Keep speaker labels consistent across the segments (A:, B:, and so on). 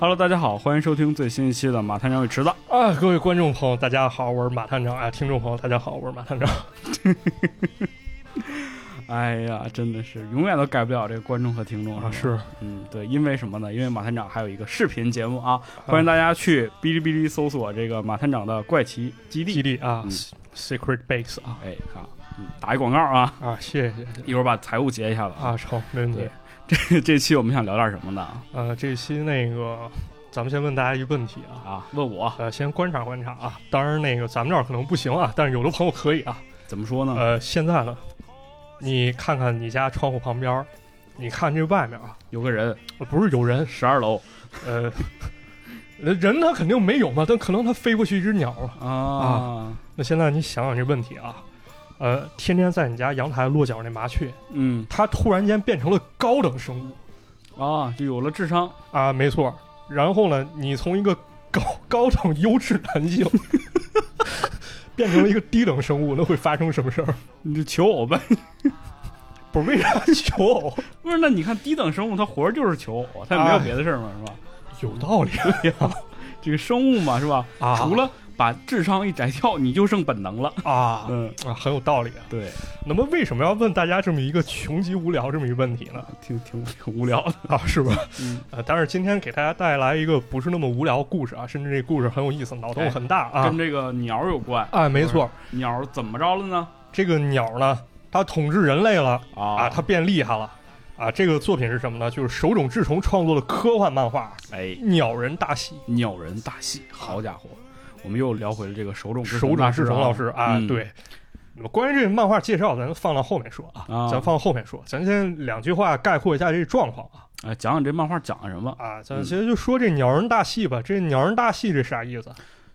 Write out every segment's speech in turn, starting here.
A: Hello，大家好，欢迎收听最新一期的《马探长与池子》。
B: 啊，各位观众朋友，大家好，我是马探长啊！听众朋友，大家好，我是马 探长。
A: 啊哎呀，真的是永远都改不了这个观众和听众
B: 啊，是，
A: 嗯，对，因为什么呢？因为马探长还有一个视频节目啊，欢迎大家去哔哩哔哩搜索这个马探长的怪奇基
B: 基
A: 地。
B: 地啊、
A: 嗯
B: s e c r e t Base 啊
A: 哎啊，嗯打一广告啊，
B: 啊，谢谢
A: 一会儿把财务结一下子。
B: 啊，成，没问题
A: 对。这 这期我们想聊点什么呢？
B: 呃，这期那个，咱们先问大家一个问题啊，
A: 啊，问我
B: 呃，先观察观察啊。当然，那个咱们这儿可能不行啊，但是有的朋友可以啊。
A: 怎么说呢？
B: 呃，现在呢，你看看你家窗户旁边儿，你看这外面啊，
A: 有个人，
B: 呃不是有人，
A: 十二楼
B: 呃， 人他肯定没有嘛，但可能他飞过去一只鸟啊。
A: 啊，
B: 那现在你想想这问题啊，呃，天天在你家阳台落脚那麻雀，
A: 嗯
B: 它突然间变成了高等生物
A: 啊，就有了智商。
B: 啊，没错。然后呢，你从一个高高等优质男性 变成了一个低等生物，那会发生什么事儿？
A: 你就求偶呗，
B: 不是为啥求偶？
A: 不是？那你看低等生物，它活着就是求偶，它也没有
B: 哎
A: 别的事儿嘛，是吧？
B: 有道理
A: 对呀、这个生物嘛，是吧？
B: 啊
A: 除了把智商一摘掉，你就剩本能了。
B: 啊。
A: 嗯，
B: 啊，很有道理啊。
A: 对，
B: 那么为什么要问大家这么一个穷极无聊这么一个问题呢？
A: 挺挺挺无聊的。
B: 啊，是吧？
A: 嗯，
B: 呃，但是今天给大家带来一个不是那么无聊的故事啊，甚至这故事很有意思，脑洞很大啊
A: 跟。这个鸟有关。
B: 啊，没错，
A: 鸟怎么着了呢？
B: 这个鸟呢，它统治人类了啊，
A: 啊，
B: 它变厉害了啊。这个作品是什么呢？就是手冢治虫创作的科幻漫画
A: 哎
B: 《，鸟人大喜
A: 鸟人大戏，好家伙，我们又聊回了这个手冢》，
B: 手冢治
A: 虫
B: 虫老师啊，
A: 嗯
B: 对。那么关于这个漫画介绍，咱放到后面说啊，
A: 啊
B: 咱放后面说，咱先两句话概括一下这个状况啊
A: 啊，讲讲这漫画讲了什么？
B: 啊，
A: 嗯
B: 咱其实就说这鸟人大戏吧，这鸟人大戏这啥意思？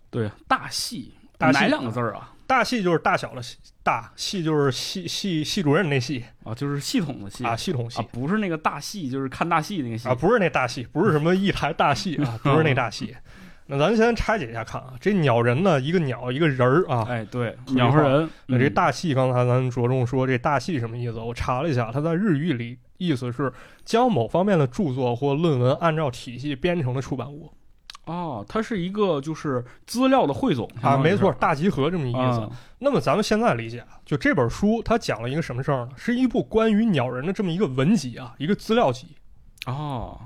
A: 对，大戏，
B: 大戏
A: 哪两个字儿啊？
B: 大戏就是大小的戏，大系就是系系系主任那系
A: 啊，就是系统的系
B: 啊，系统系
A: 啊，不是那个大戏，就是看大戏那个戏
B: 啊，不是那大戏，不是什么一台大戏啊，不是那大戏。那咱先拆解一下看啊，这鸟人呢，一个鸟一个人儿啊。
A: 哎，对，
B: 特别
A: 鸟和人，
B: 那这
A: 嗯
B: 大戏，刚才咱着重说这大戏什么意思？我查了一下，它在日语里意思是将某方面的著作或论文按照体系编成的出版物
A: 哦，它是一个就是资料的汇总
B: 啊，没错，啊
A: 大
B: 大集合这么一意思。那么咱们现在理解啊，就这本书它讲了一个什么事儿呢？是一部关于鸟人的这么一个文集啊，一个资料集。啊
A: 哦，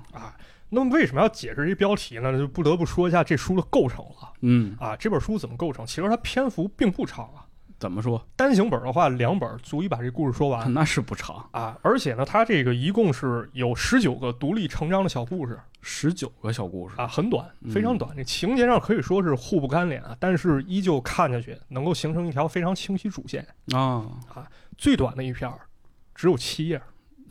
B: 那么为什么要解释这标题呢？就不得不说一下这书的构成了。
A: 嗯，
B: 啊，这本书怎么构成？其实它篇幅并不长啊，
A: 怎么说？
B: 单行本儿的话，两本儿足以把这故事说完
A: 那是不长，
B: 啊。而且呢，它这个一共是有十九个独立成章的小故事
A: 十九个小故事，
B: 啊，很短，
A: 嗯
B: 非常短。这情节上可以说是互不干连啊，但是依旧看下去能够形成一条非常清晰主线。
A: 啊，
B: 最短的一篇儿只有七页儿，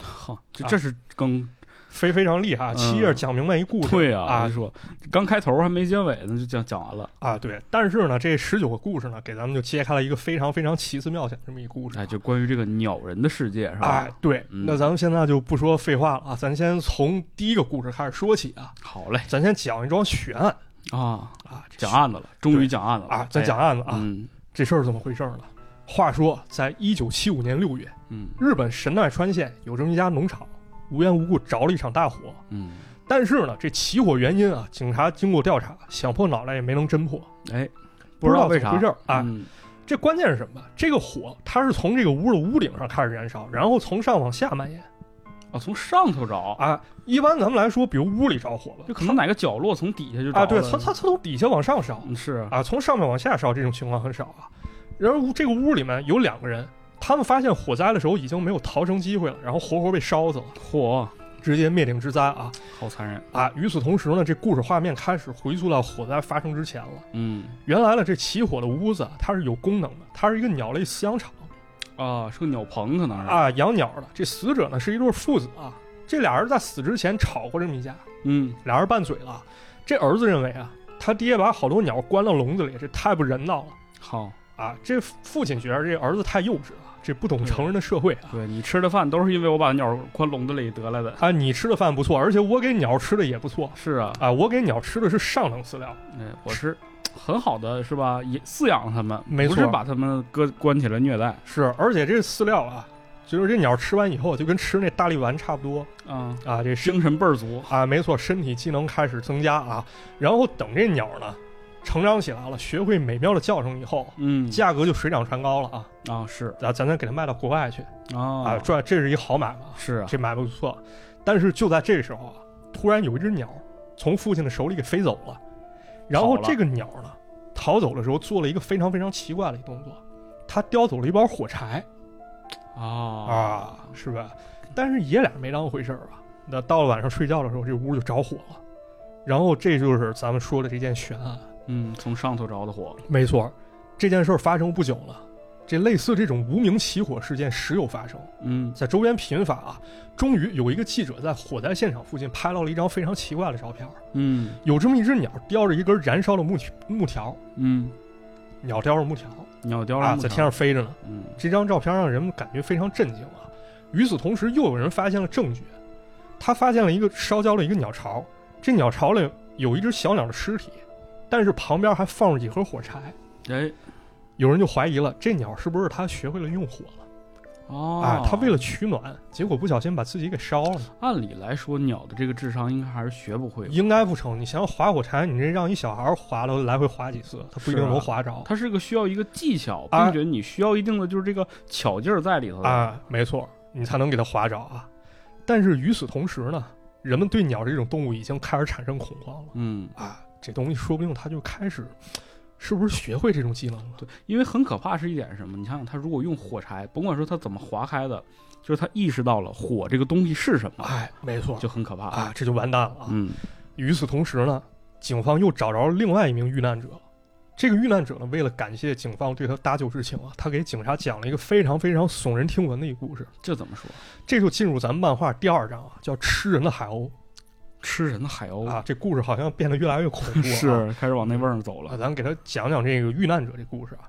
A: 好，这
B: 啊
A: 这是更
B: 非非常厉害啊，七页儿
A: 嗯
B: 讲明白一故事。
A: 对
B: 啊
A: 啊，我就说刚开头还没结尾呢，就讲讲完了，
B: 啊，对。但是呢，这十九个故事呢，给咱们就揭开了一个非常非常奇思妙想这么一故事。啊
A: 哎，就关于这个鸟人的世界是
B: 哎
A: 吧？，
B: 对，
A: 嗯
B: 那咱们现在就不说废话了啊，咱先从第一个故事开始说起啊，
A: 好嘞，
B: 咱先讲一桩悬案
A: 啊，
B: 啊，这
A: 讲
B: 悬
A: 案子了，终于
B: 对
A: 讲案子了
B: 啊，咱讲案子
A: 哎呀
B: 啊，
A: 嗯
B: 这事儿怎么回事儿呢？话说，在一九七五年六月，
A: 嗯
B: 日本神奈川县有这么一家农场，无缘无故着了一场大火，
A: 嗯，
B: 但是呢，这起火原因啊，警察经过调查，想破脑袋也没能侦破，
A: 哎，
B: 不
A: 知
B: 知
A: 道
B: 道
A: 为
B: 怎
A: 啥
B: 么回事儿啊。
A: 嗯
B: 这关键是什么？这个火它是从这个屋的屋顶上开始燃烧，然后从上往下蔓延
A: 啊，从上头着，
B: 啊。一般咱们来说，比如屋里着火了
A: 就。可能哪个角落从底下就着
B: 啊，对，
A: 了
B: 它它它从底下往上烧
A: 嗯是啊
B: 啊，从上面往下烧这种情况很少啊。然而屋这个屋里面有两个人，他们发现火灾的时候已经没有逃生机会了，然后活活被烧死了，
A: 嚯，
B: 直接灭顶之灾啊
A: 好残忍，
B: 啊！与此同时呢，这故事画面开始回溯到火灾发生之前了。
A: 嗯。
B: 原来呢，这起火的屋子啊它是有功能的，它是一个鸟类饲养场
A: 啊，是个鸟棚，可能是。
B: 啊，养鸟的。这死者呢是一对父子啊，这俩人在死之前吵过这么一架，
A: 嗯，
B: 俩人拌嘴了。啊这儿子认为啊，他爹把好多鸟关到笼子里，这太不人道了。
A: 好，
B: 啊，这父亲觉得这儿子太幼稚了，这不懂成人的社会啊。
A: 对你吃的饭都是因为我把鸟关笼子里得来的。
B: 啊，你吃的饭不错，而且我给鸟吃的也不错
A: 是啊，
B: 啊，我给鸟吃的是上等饲料。
A: 哎，我是很好的，是吧？也饲养它们，
B: 没
A: 不是
B: 错
A: 把它们搁关起来虐待。
B: 是，而且这饲料啊，就是这鸟吃完以后，就跟吃那大力丸差不多
A: 啊，
B: 啊，这身
A: 精神倍儿足，
B: 啊，没错，身体机能开始增加啊。然后等这鸟呢成长起来了，学会美妙的叫声以后，
A: 嗯
B: 价格就水涨船高了啊。
A: 啊是
B: 啊，咱再给它卖到国外去啊，
A: 啊
B: 赚这是一好买卖啊，
A: 是啊
B: 这买卖不错。但是就在这时候啊，突然有一只鸟从父亲的手里给飞走了，然后
A: 跑了
B: 这个鸟呢逃走的时候做了一个非常非常奇怪的一动作，它叼走了一包火柴。
A: 啊
B: 啊，是吧？但是爷俩没当回事儿吧？那到了晚上睡觉的时候，这屋就着火了。然后这就是咱们说的这件悬案。
A: 嗯，从上头着的火，
B: 没错，这件事儿发生不久了，这类似这种无名起火事件时有发生，
A: 嗯
B: 在周边频发啊。终于有一个记者在火灾现场附近拍到了一张非常奇怪的照片儿，
A: 嗯
B: 有这么一只鸟叼着一根燃烧的木木条，
A: 嗯，
B: 鸟叼着木条
A: 鸟叼
B: 啊，
A: 了
B: 在天上飞着呢。
A: 嗯
B: 这张照片让人们感觉非常震惊啊。与此同时，又有人发现了证据，他发现了一个烧焦了一个鸟巢，这鸟巢里有一只小鸟的尸体，但是旁边还放着几盒火柴。
A: 哎
B: 有人就怀疑了，这鸟是不是它学会了用火了
A: 哦
B: 啊？它为了取暖，结果不小心把自己给烧了。
A: 按理来说，鸟的这个智商应该还是学不会的。
B: 应该不成，你想想划火柴，你这让一小孩划了来回划几次，他不一定
A: 是啊
B: 能划着。
A: 它是个需要一个技巧，
B: 啊
A: 并且你需要一定的就是这个巧劲儿在里头的。
B: 啊，没错，你才能给它划着啊。但是与此同时呢，人们对鸟这种动物已经开始产生恐慌了
A: 嗯，
B: 啊，这东西说不定它就开始，是不是学会这种技能了？
A: 对，因为很可怕是一点是什么？你想想，它如果用火柴，甭管说它怎么划开的，就是它意识到了火这个东西是什么，
B: 哎，没错，
A: 嗯就很可怕。
B: 啊，这就完蛋了啊。
A: 嗯
B: 与此同时呢，警方又找着另外一名遇难者。这个遇难者呢，为了感谢警方对他搭救之情啊，他给警察讲了一个非常非常耸人听闻的一个故事。
A: 这怎么说？
B: 这就进入咱们漫画第二章啊，叫“吃人的海鸥
A: 吃人的海”鸥
B: 啊。这故事好像变得越来越恐怖、啊。
A: 是开始往那味儿上走
B: 啊，
A: 了。
B: 咱给他讲讲这个遇难者这故事啊。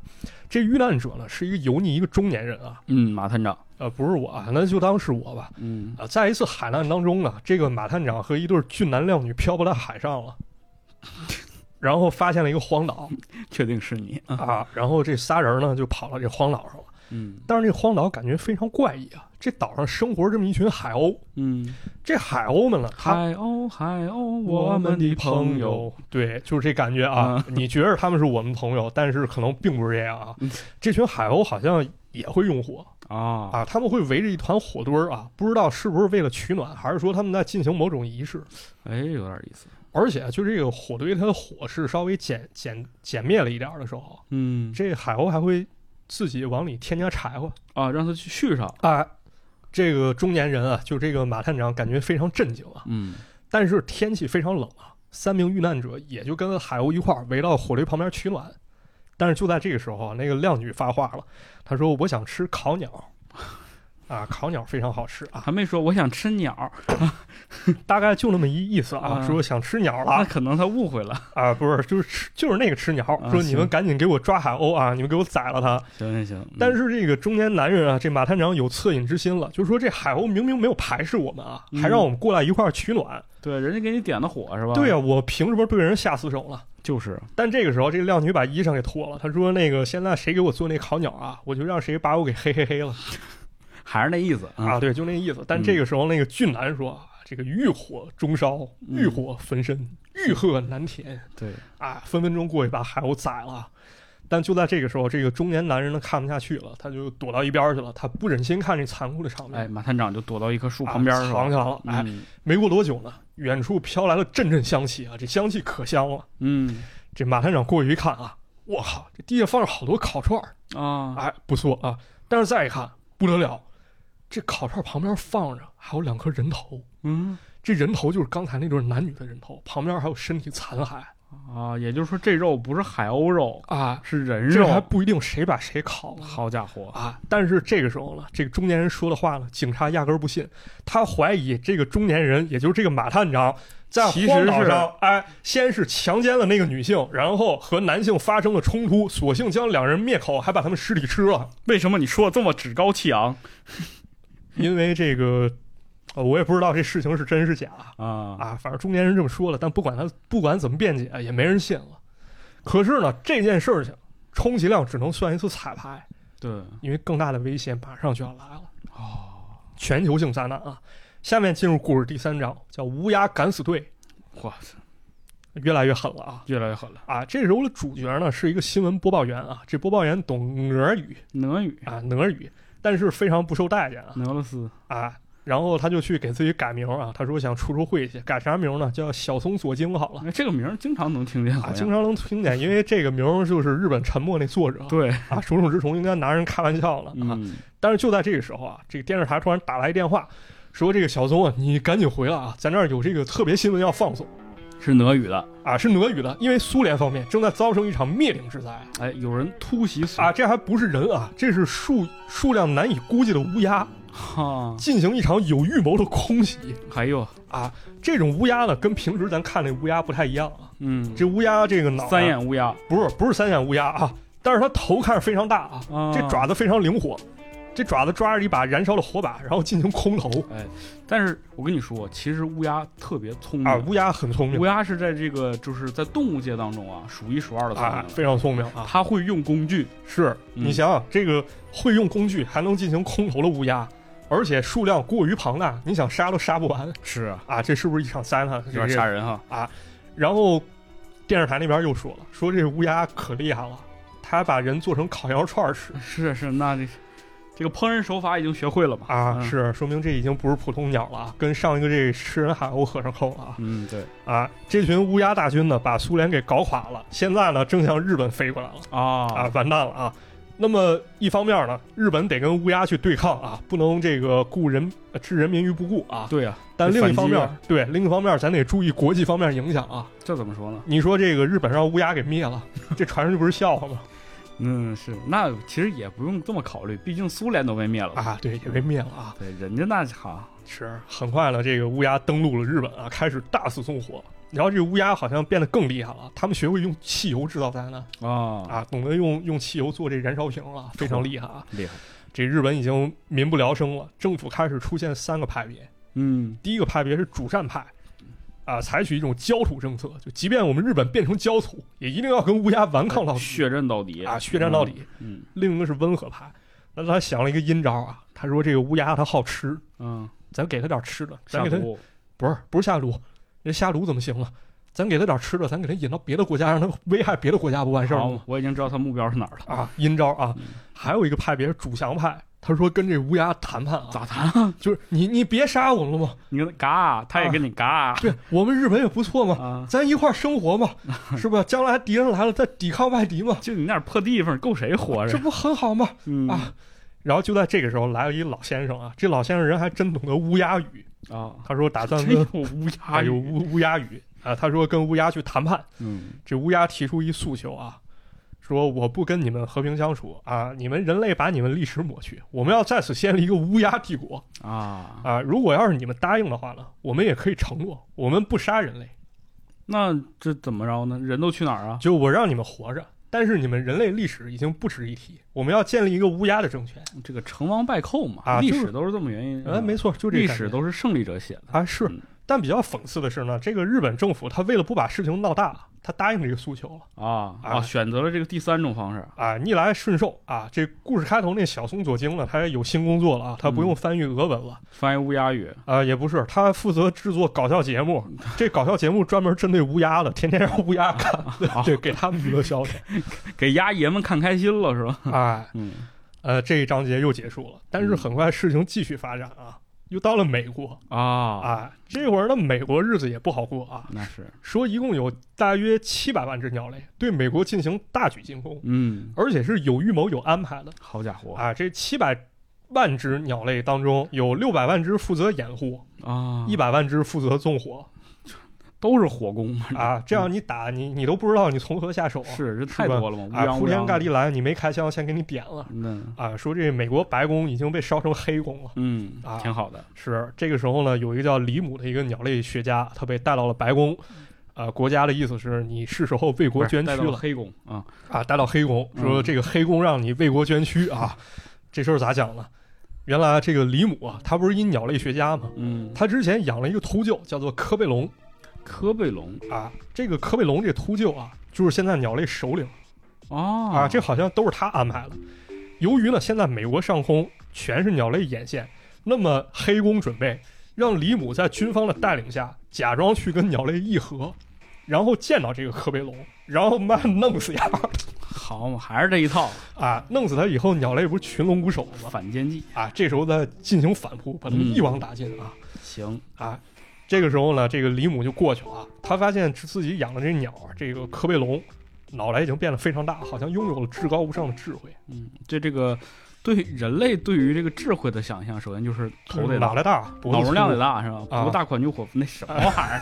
B: 这遇难者呢是一个油腻一个中年人啊，
A: 嗯，马探长，
B: 呃，不是我，啊，那就当是我吧。
A: 嗯，
B: 啊，在一次海难当中呢，啊这个马探长和一对俊男靓女漂泊在海上了，然后发现了一个荒岛
A: 确定是你。
B: 啊，然后这仨人呢就跑到这荒岛上了。
A: 嗯
B: 但是这荒岛感觉非常怪异啊，这岛上生活着这么一群海鸥，
A: 嗯，
B: 这海鸥们呢，它
A: 海鸥，海鸥，我们的朋友。，
B: 对，就是这感觉啊。 你觉得他们是我们朋友，但是可能并不是这样啊
A: 嗯。
B: 这群海鸥好像也会用火
A: 啊，
B: 啊，他们会围着一团火堆儿啊，不知道是不是为了取暖，还是说他们在进行某种仪式。
A: 哎，有点意思。
B: 而且，啊就这个火堆，它的火势稍微减减减灭了一点儿的时候，
A: 嗯，
B: 这海鸥还会自己往里添加柴火
A: 啊，让他去续上。
B: 啊。这个中年人啊，就这个马探长感觉非常震惊啊。
A: 嗯
B: 但是天气非常冷啊，三名遇难者也就跟海鸥一块儿围到火堆旁边取暖。但是就在这个时候啊，那个靓女发话了，她说：“我想吃烤鸟。”啊，烤鸟非常好吃啊，
A: 还没说我想吃鸟，
B: 大概就那么一意思啊，
A: 啊
B: 说想吃鸟
A: 那
B: 了
A: 可能他误会了。
B: 啊，不是，就是吃，就是那个吃鸟，
A: 啊
B: 说你们
A: 行
B: 赶紧给我抓海鸥啊，你们给我宰了它。
A: 行行行，嗯
B: 但是这个中年男人啊，这马探长有恻隐之心了，就说这海鸥明明没有排斥我们啊，
A: 嗯
B: 还让我们过来一块儿取暖。
A: 对人家给你点的火是吧？
B: 对呀、啊我凭什么对人下死手了？
A: 就是
B: 但这个时候，这靓女把衣裳给脱了，她说：“那个现在谁给我做那烤鸟啊，我就让谁把我给嘿嘿嘿了、
A: 还是那意思嗯
B: 啊！”。对，就那意思。但这个时候，那个俊男说：“啊这个欲火中烧，
A: 嗯
B: 欲火焚身，欲壑难填
A: 对，
B: 啊！”分分钟过去把海鸥宰了。但就在这个时候，这个中年男人呢看不下去了，他就躲到一边去了，他不忍心看这残酷的场面，
A: 哎，马探长就躲到一棵树
B: 啊
A: 旁边是吧
B: 藏起？来了。哎，
A: 嗯
B: 没过多久呢，远处飘来了阵阵香气啊，这香气可香了。
A: 嗯
B: 这马探长过去一看啊，我靠，这地下放着好多烤串儿。
A: 啊，
B: 哎，不错啊。但是再一看，不得了，这烤串旁边放着还有两颗人头，
A: 嗯
B: 这人头就是刚才那对男女的人头，旁边还有身体残骸
A: 啊，也就是说这肉不是海鸥肉，
B: 啊，
A: 是人
B: 这还
A: 肉。
B: 不一定谁把谁烤了。
A: 好家伙，
B: 啊！但是这个时候呢，这个中年人说的话呢，警察压根儿不信，他怀疑这个中年人，也就是这个马探长，在
A: 其实
B: 荒岛
A: 是
B: 上，哎，先是强奸了那个女性，然后和男性发生了冲突，索性将两人灭口，还把他们尸体吃了。
A: 为什么你说的这么趾高气昂
B: 因为这个，呃，我也不知道这事情是真是假
A: 啊？
B: 啊，反正中年人这么说了，但不管他不管怎么辩解，也没人信了。可是呢，这件事情，充其量只能算一次彩排，
A: 对
B: 因为更大的危险马上就要来了。
A: 哦，
B: 全球性灾难啊！下面进入故事第三章，叫乌鸦敢死队，
A: 哇塞，
B: 越来越狠了啊！
A: 越来越狠了。
B: 啊，这时候的主角呢是一个新闻播报员啊，这播报员懂俄语
A: 俄语，
B: 啊，俄语，但是非常不受待见啊
A: 俄罗斯，
B: 啊。然后他就去给自己改名啊，他说想出出晦气，改啥名呢？叫小松左京好了
A: 哎，这个名儿经常能听见，
B: 啊，
A: 好
B: 经
A: 像。
B: 常能听见，因为这个名儿就是日本沉默那作者
A: 对，
B: 啊，手冢治虫应该拿人开玩笑了啊。
A: 嗯，
B: 但是就在这个时候啊，这个电视台突然打来电话，说这个小宗啊，你赶紧回来啊，咱这儿有这个特别新闻要放送
A: 是俄语的。
B: 啊，是俄语的，因为苏联方面正在遭受一场灭顶之灾
A: 哎，有人突袭苏
B: 啊，，这还不是人啊，这是数数量难以估计的乌鸦
A: 哈，哎
B: 进行一场有预谋的空袭
A: 还有，
B: 啊，这种乌鸦呢，跟平时咱看那乌鸦不太一样啊，
A: 嗯，
B: 这乌鸦这个脑啊
A: 三眼乌鸦，
B: 不是不是三眼乌鸦啊，但是它头看着非常大啊，
A: 啊
B: 这爪子非常灵活。这爪子抓着一把燃烧的火把，然后进行空投
A: 但是我跟你说，其实乌鸦特别聪明
B: 啊！乌鸦很聪明，
A: 嗯乌鸦是在这个就是在动物界当中啊数一数二的聪
B: 啊，
A: 明，
B: 非常聪明啊！
A: 它会用工具，
B: 是
A: 嗯
B: 你想想，这个会用工具，还能进行空投的乌鸦，而且数量过于庞大，你想杀都杀不完
A: 是啊，
B: 啊！这是不是一场灾难？
A: 有
B: 这
A: 点
B: 是
A: 吓人哈，
B: 然后电视台那边又说了，说这乌鸦可厉害了，它还把人做成烤羊肉串儿吃
A: 是是，那这这个烹饪手法已经学会了嘛，
B: 啊！
A: 嗯，
B: 是说明这已经不是普通鸟了啊，跟上一个这食人海鸥合上扣了啊！
A: 嗯，对，
B: 啊，这群乌鸦大军呢，把苏联给搞垮了，现在呢正向日本飞过来了。啊
A: 啊，，
B: 完蛋了啊！那么一方面呢，日本得跟乌鸦去对抗啊，不能这个顾人呃置人民于不顾啊。
A: 对呀，
B: 但另一方
A: 反
B: 面，对另一方面，咱得注意国际方面影响啊。
A: 这怎么说呢？
B: 你说这个日本让乌鸦给灭 了，这传上去不是笑话吗？
A: 嗯，是，那其实也不用这么考虑，毕竟苏联都被灭了，
B: 啊，对，也被灭了啊。
A: 对，人家那好，
B: 是，很快呢，这个乌鸦登陆了日本啊，开始大肆纵火。然后这个乌鸦好像变得更厉害了，他们学会用汽油制造灾难
A: 啊，
B: 啊，懂得用用汽油做这燃烧瓶了，非常厉害啊。
A: 厉害，
B: 这日本已经民不聊生了，政府开始出现三个派别，
A: 嗯，
B: 第一个派别是主战派，啊，采取一种焦土政策，就即便我们日本变成焦土，也一定要跟乌鸦顽抗到底
A: 血战到底
B: 啊，血战到，底。
A: 嗯
B: 另一个是温和派，那他想了一个阴招啊，他说这个乌鸦它好吃，
A: 嗯，
B: 咱给它点吃的，咱
A: 下
B: 给它
A: 毒，
B: 不是不是下毒，那下毒怎么行了？咱给它点吃的，咱给它引到别的国家，让它危害别的国家，不完事儿了
A: 好
B: 吗？，
A: 我已经知道他目标是哪儿了，
B: 啊，阴招啊
A: 嗯！
B: 还有一个派别是主降派，他说跟这乌鸦谈判啊，
A: 咋谈啊？
B: 就是你你别杀我们了吗？
A: 你跟他嘎，他也跟你嘎
B: 啊对我们日本也不错嘛，
A: 啊。
B: 咱一块儿生活嘛，是吧？将来敌人来了，再抵抗外敌嘛，
A: 就你那点破地方，够谁活
B: 这
A: 着？
B: 不很好吗？
A: 嗯啊
B: 啊！然后就在这个时候来了一老先生啊，这老先生人还真懂得乌鸦语，
A: 啊，
B: 他说打算
A: 真有
B: 跟
A: 乌
B: 还
A: 鸦
B: 有
A: 语，
B: 乌乌鸦语啊，他说跟乌鸦去谈判。
A: 嗯，
B: 这乌鸦提出一诉求啊，说我不跟你们和平相处啊，你们人类把你们历史抹去，我们要在此建立一个乌鸦帝国
A: 啊，
B: 啊！如果要是你们答应的话呢，我们也可以承诺，我们不杀人类，
A: 那这怎么着呢？人都去哪儿啊？
B: 就我让你们活着，但是你们人类历史已经不值一提，我们要建立一个乌鸦的政权。
A: 这个成王败寇嘛，
B: 啊
A: 历
B: 就是
A: 史都是这么原因。嗯
B: 哎，没错，就这
A: 历
B: 感觉
A: 史都是胜利者写的。
B: 啊是
A: 嗯。
B: 但比较讽刺的是呢，这个日本政府他为了不把事情闹大，啊他答应这个诉求了
A: 啊
B: 啊
A: 啊，选择了这个第三种方式。
B: 啊，逆来顺受啊。这故事开头那小松左京呢，他有新工作了啊，他不用翻译俄文了、
A: 翻译乌鸦语，
B: 啊，也不是，他负责制作搞笑节目，这搞笑节目专门针对乌鸦的，天天让乌鸦看，
A: 啊，
B: 对，给他们娱乐 消遣。
A: 给鸭爷们看开心了是吧？
B: 哎，
A: 嗯
B: 呃，这一章节又结束了，但是很快事情继续发展啊，又到了美国。
A: 啊，
B: 啊，这会儿呢，美国日子也不好过啊。
A: 那是，
B: 说一共有大约七百万只鸟类对美国进行大举进攻，
A: 嗯，
B: 而且是有预谋、有安排的
A: 好家伙
B: 啊。这七百万只鸟类当中，有六百万只负责掩护，
A: 啊，
B: 一百万只负责纵火
A: 都是火攻 嘛
B: 啊。这样你打你，你都不知道你从何下手啊。
A: 是这太
B: 吧
A: 多了嘛，乌
B: 啊，
A: 泱
B: 铺
A: 乌
B: 天
A: 泱
B: 盖
A: 的。
B: 地来，你没开枪，先给你点了
A: 嗯
B: 啊。说这美国白宫已经被烧成黑宫了。
A: 嗯
B: 啊，
A: 挺好的。
B: 是这个时候呢，有一个叫李姆的一个鸟类学家，他被带到了白宫。呃，国家的意思是你是时候为国捐
A: 嗯
B: 躯
A: 带到
B: 了
A: 黑宫啊，
B: 啊，带到黑宫，
A: 嗯
B: 说这个黑宫让你为国捐躯啊，这事儿咋讲呢？原来这个李姆啊，他不是一鸟类学家吗？
A: 嗯，
B: 他之前养了一个秃鹫，叫做科贝龙
A: 科贝龙
B: 啊。这个科贝龙这秃鹫啊，就是现在鸟类首领
A: 哦
B: 啊啊，这好像都是他安排的。由于呢，现在美国上空全是鸟类眼线。那么黑宫准备让李母在军方的带领下，假装去跟鸟类议和，然后见到这个科贝龙，然后妈弄死呀！
A: 好嘛，还是这一套
B: 啊，弄死他以后，鸟类不是群龙无首吗？
A: 反间计。
B: 啊，这时候再进行反扑，把他们一网打尽啊！
A: 行，
B: 啊，这个时候呢，这个李母就过去了啊，他发现自己养的这鸟啊，这个科贝龙，脑袋已经变得非常大，好像拥有了至高无上的智慧，
A: 嗯，这这个对人类对于这个智慧的想象，首先就是头得
B: 脑
A: 大，
B: 袋嗯大，脖子
A: 脑容量
B: 粗
A: 得大是吧？
B: 啊
A: 不大款就火，那什么玩意 儿？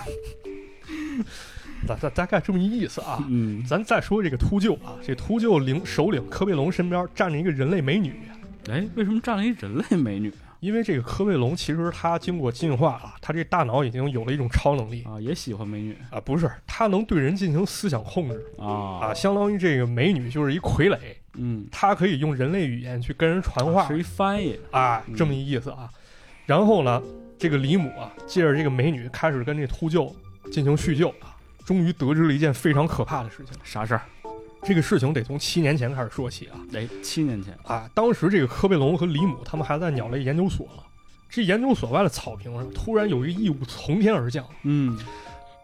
B: 大大大概这么一意思啊。
A: 嗯，
B: 咱再说这个秃鹫啊，这秃鹫领首领科贝龙身边站着一个人类美女，
A: 哎，为什么站了一人类美女
B: 因为这个科贝龙其实它经过进化啊，它这大脑已经有了一种超能力
A: 啊？也喜欢美女
B: 啊，不是，它能对人进行思想控制啊，
A: 啊？
B: 相当于这个美女就是一傀儡，
A: 嗯，
B: 它可以用人类语言去跟人传话
A: 是一翻译，
B: 啊
A: 嗯，
B: 这么一意思啊。然后呢，这个李母啊，借着这个美女开始跟这秃鹫进行叙旧啊，终于得知了一件非常可怕的事情。
A: 啥事儿？
B: 这个事情得从七年前开始说起啊
A: 哎，七年前，
B: 啊，当时这个科贝龙和李母他们还在鸟类研究所呢。这研究所外的草坪上，突然有一个异物从天而降。
A: 嗯，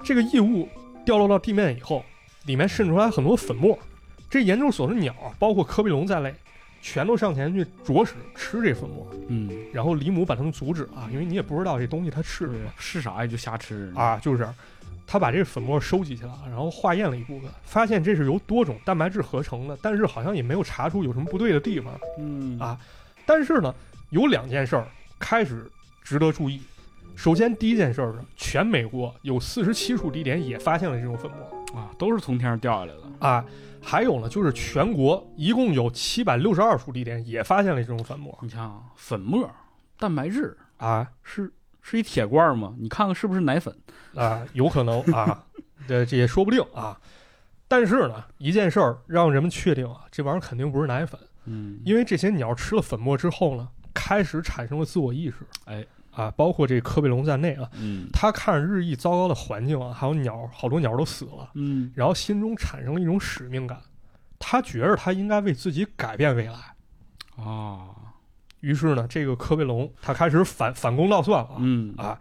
B: 这个异物掉落到地面以后，里面渗出来很多粉末。这研究所的鸟，啊包括科贝龙在内，全都上前去啄食吃这粉末。
A: 嗯，
B: 然后李母把他们阻止啊，因为你也不知道这东西它是什么
A: 是啥呀？就瞎吃，
B: 啊，就是他把这粉末收集起来，然后化验了一部分，发现这是由多种蛋白质合成的，但是好像也没有查出有什么不对的地方。
A: 嗯
B: 啊但是呢，有两件事儿开始值得注意。首先，第一件事儿是，全美国有四十七处地点也发现了这种粉末
A: 啊，都是从天上掉下来的，
B: 啊，还有呢，就是全国一共有七百六十二处地点也发现了这种粉末
A: 你看啊，粉末、蛋白质
B: 啊
A: 是是一铁罐儿吗？你看看是不是奶粉？
B: 啊，有可能啊， 这这也说不定啊。但是呢，一件事儿让人们确定啊，这玩意儿肯定不是奶粉，
A: 嗯，
B: 因为这些鸟吃了粉末之后呢，开始产生了自我意识。
A: 哎，
B: 啊，包括这科贝龙在内啊，
A: 嗯
B: 它看着日益糟糕的环境啊，还有鸟，好多鸟都死了，
A: 嗯
B: 然后心中产生了一种使命感，它觉着它应该为自己改变未来。
A: 哦，
B: 于是呢，这个科贝龙它开始反反攻倒算了啊。
A: 嗯
B: 啊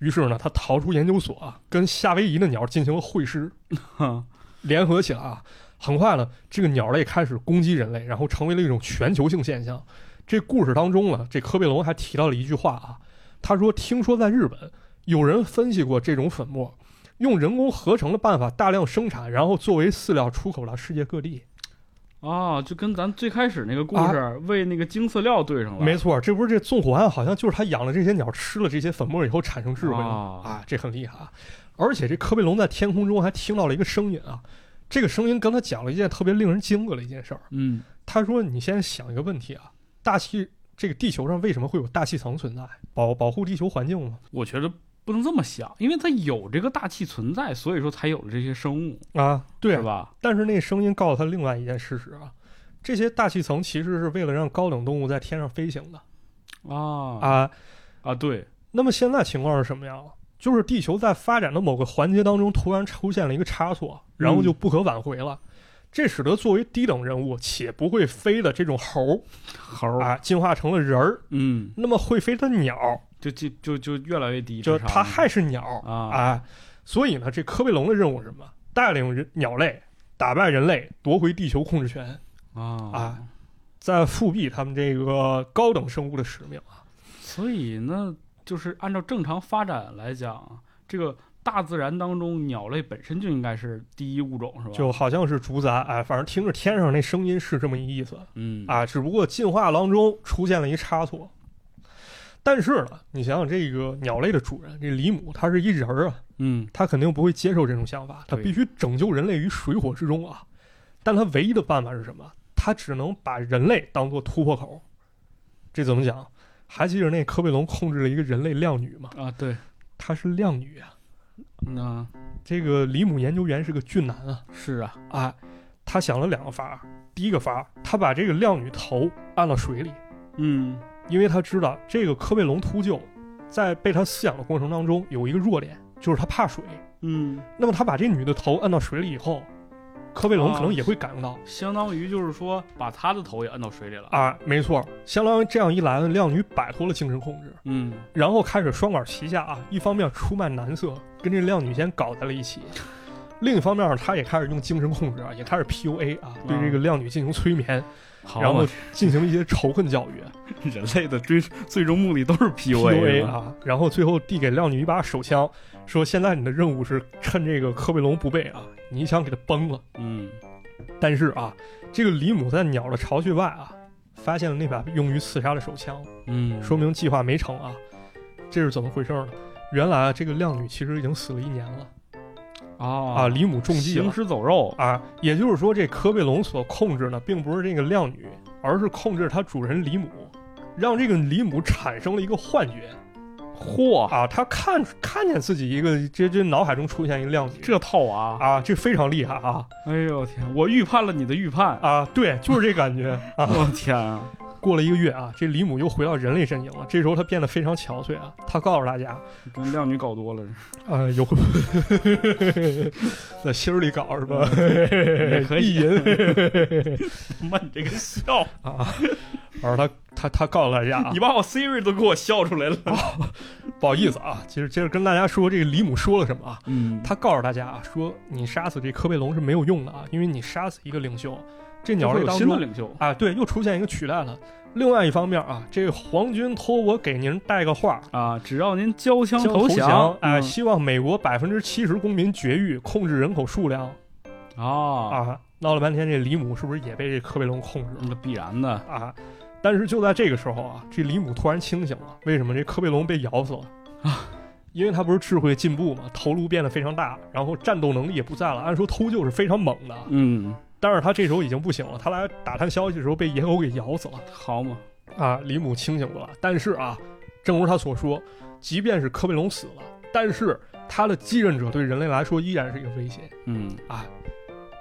B: 于是呢，它逃出研究所啊，跟夏威夷的鸟进行了会师。
A: 哼
B: 联合起来啊，很快呢，这个鸟类开始攻击人类，然后成为了一种全球性现象。这故事当中呢，这科贝龙还提到了一句话啊，他说：“听说在日本有人分析过这种粉末，用人工合成的办法大量生产，然后作为饲料出口到世界各地。
A: 哦，就跟咱最开始那个故事、为那个精饲料对上”了，
B: 啊没错，这不是这纵火案好像就是他养了这些鸟，吃了这些粉末以后产生智慧吗？
A: 哦
B: 啊，这很厉害啊！而且这科贝龙在天空中还听到了一个声音啊，这个声音跟他讲了一件特别令人惊愕的一件事儿。
A: 嗯
B: 他说：“你先想一个问题啊，大气这个地球上为什么会有大气层存在？保保护地球环境吗？
A: 我觉得不能这么想，因为它有这个大气存在，所以说才有了这些生物，
B: 啊，对
A: 是？吧？
B: 但是那声音告诉他另外一件事实啊，这些大气层其实是为了让高等动物在天上飞行的
A: 啊
B: 啊。
A: 啊对，
B: 那么现在情况是什么样了？就是地球在发展的某个环节当中突然出现了一个差错，然
A: 嗯
B: 后就不可挽回了。这使得作为低等人物且不会飞的这种猴
A: 猴
B: 儿
A: 儿，
B: 啊，进化成了人儿。
A: 嗯，
B: 那么会飞的鸟，
A: 就就就就越来越低智
B: 就
A: 商了，
B: 是它还是鸟，
A: 啊
B: 啊，所以呢，这科贝龙的任务是什么？带领人鸟类打败人类，夺回地球控制权，
A: 啊
B: 啊在复辟他们这个高等生物的使命啊。
A: 所以呢，就是按照正常发展来讲，这个大自然当中鸟类本身就应该是第一物种，是吧？
B: 就好像是竹筴，哎，反正听着天上那声音是这么一意思
A: 嗯
B: 啊，只不过进化当中出现了一差错。但是呢，你想想这个鸟类的主人这李母，他是一人儿啊，
A: 嗯
B: 他肯定不会接受这种想法，他
A: 对
B: 必须拯救人类于水火之中啊。但他唯一的办法是什么？他只能把人类当做突破口。这怎么讲？还记得那科贝龙控制了一个人类靓女吗？
A: 啊对，
B: 她是靓女啊。
A: 那
B: 这个李姆研究员是个俊男啊
A: 是啊，
B: 啊！他想了两个法儿，第一个法儿，他把这个靓女头按到水里，
A: 嗯
B: 因为他知道这个科贝龙秃鹫在被他饲养的过程当中有一个弱点，就是他怕水。
A: 嗯
B: 那么他把这女的头按到水里以后，柯卫龙
A: 啊
B: 可能也会感应到
A: 相当于就是说把他的头也摁到水里了。
B: 啊，没错，相当于这样一来，靓女摆脱了精神控制，
A: 嗯，
B: 然后开始双管齐下啊，一方面出卖男色，跟这靓女先搞在了一起。另一方面，他也开始用精神控制啊，也开始 PUA 啊，对这个靓女进行催眠，
A: 好
B: 然后
A: 嘛
B: 进行一些仇恨教育。
A: 人类的最最终目的都是
B: PUA
A: PUA 啊。
B: 啊，然后最后递给靓女一把手枪，说现在你的任务是趁这个科贝龙不备啊，你想给他崩了。
A: 嗯，
B: 但是啊，这个里姆在鸟的巢穴外啊，发现了那把用于刺杀的手枪，
A: 嗯，
B: 说明计划没成啊。这是怎么回事呢？原来啊，这个靓女其实已经死了一年了
A: 啊
B: 啊，里姆中计
A: 行
B: 了
A: 尸走肉，
B: 啊，也就是说，这科贝龙所控制呢，并不是这个靓女，而是控制它主人里姆，让这个里姆产生了一个幻觉。
A: 嚯，
B: 啊，他看看见自己一个，这这脑海中出现一个靓女，
A: 这套啊！
B: 啊，这非常厉害啊
A: 哎呦天，我预判了你的预判，
B: 啊，对，就是这感觉啊。
A: 我天啊！
B: 过了一个月啊，这李母又回到人类阵营了，这时候他变得非常憔悴啊，他告诉大家，
A: 跟靓女搞多了，
B: 呃，有 在心儿里搞是吧？
A: 也可以
B: 意淫
A: 妈，你这个笑，
B: 啊。而他他他告诉大家啊
A: 你，把我 Siri 都给我笑出来了。
B: 不好意思啊，接着接着跟大家说这个李母说了什么啊？
A: 嗯，
B: 他告诉大家啊，说你杀死这科贝龙是没有用的啊，因为你杀死一个领袖，这鸟
A: 会
B: 类
A: 有
B: 当
A: 新的
B: 中
A: 领袖，
B: 啊，对，又出现一个取代了。另外一方面啊，这个皇军托我给您带个话，
A: 啊，只要您交枪
B: 将投
A: 降，
B: 哎、
A: 嗯
B: 希望美国百分之七十公民绝育，控制人口数量
A: 啊，
B: 啊。闹了半天，这里姆是不是也被这科贝龙控制了
A: 那必然的，
B: 啊？但是就在这个时候啊，这里姆突然清醒了，为什么这科贝龙被咬死了
A: 啊？
B: 因为他不是智慧进步嘛，头颅变得非常大，然后战斗能力也不在了。按说秃鹫是非常猛的，
A: 嗯，
B: 但是他这时候已经不行了。他来打探消息的时候被野狗给咬死了。
A: 好嘛，
B: 啊，里姆清醒过来，但是啊，正如他所说，即便是科贝龙死了，但是他的继任者对人类来说依然是一个威胁。
A: 嗯，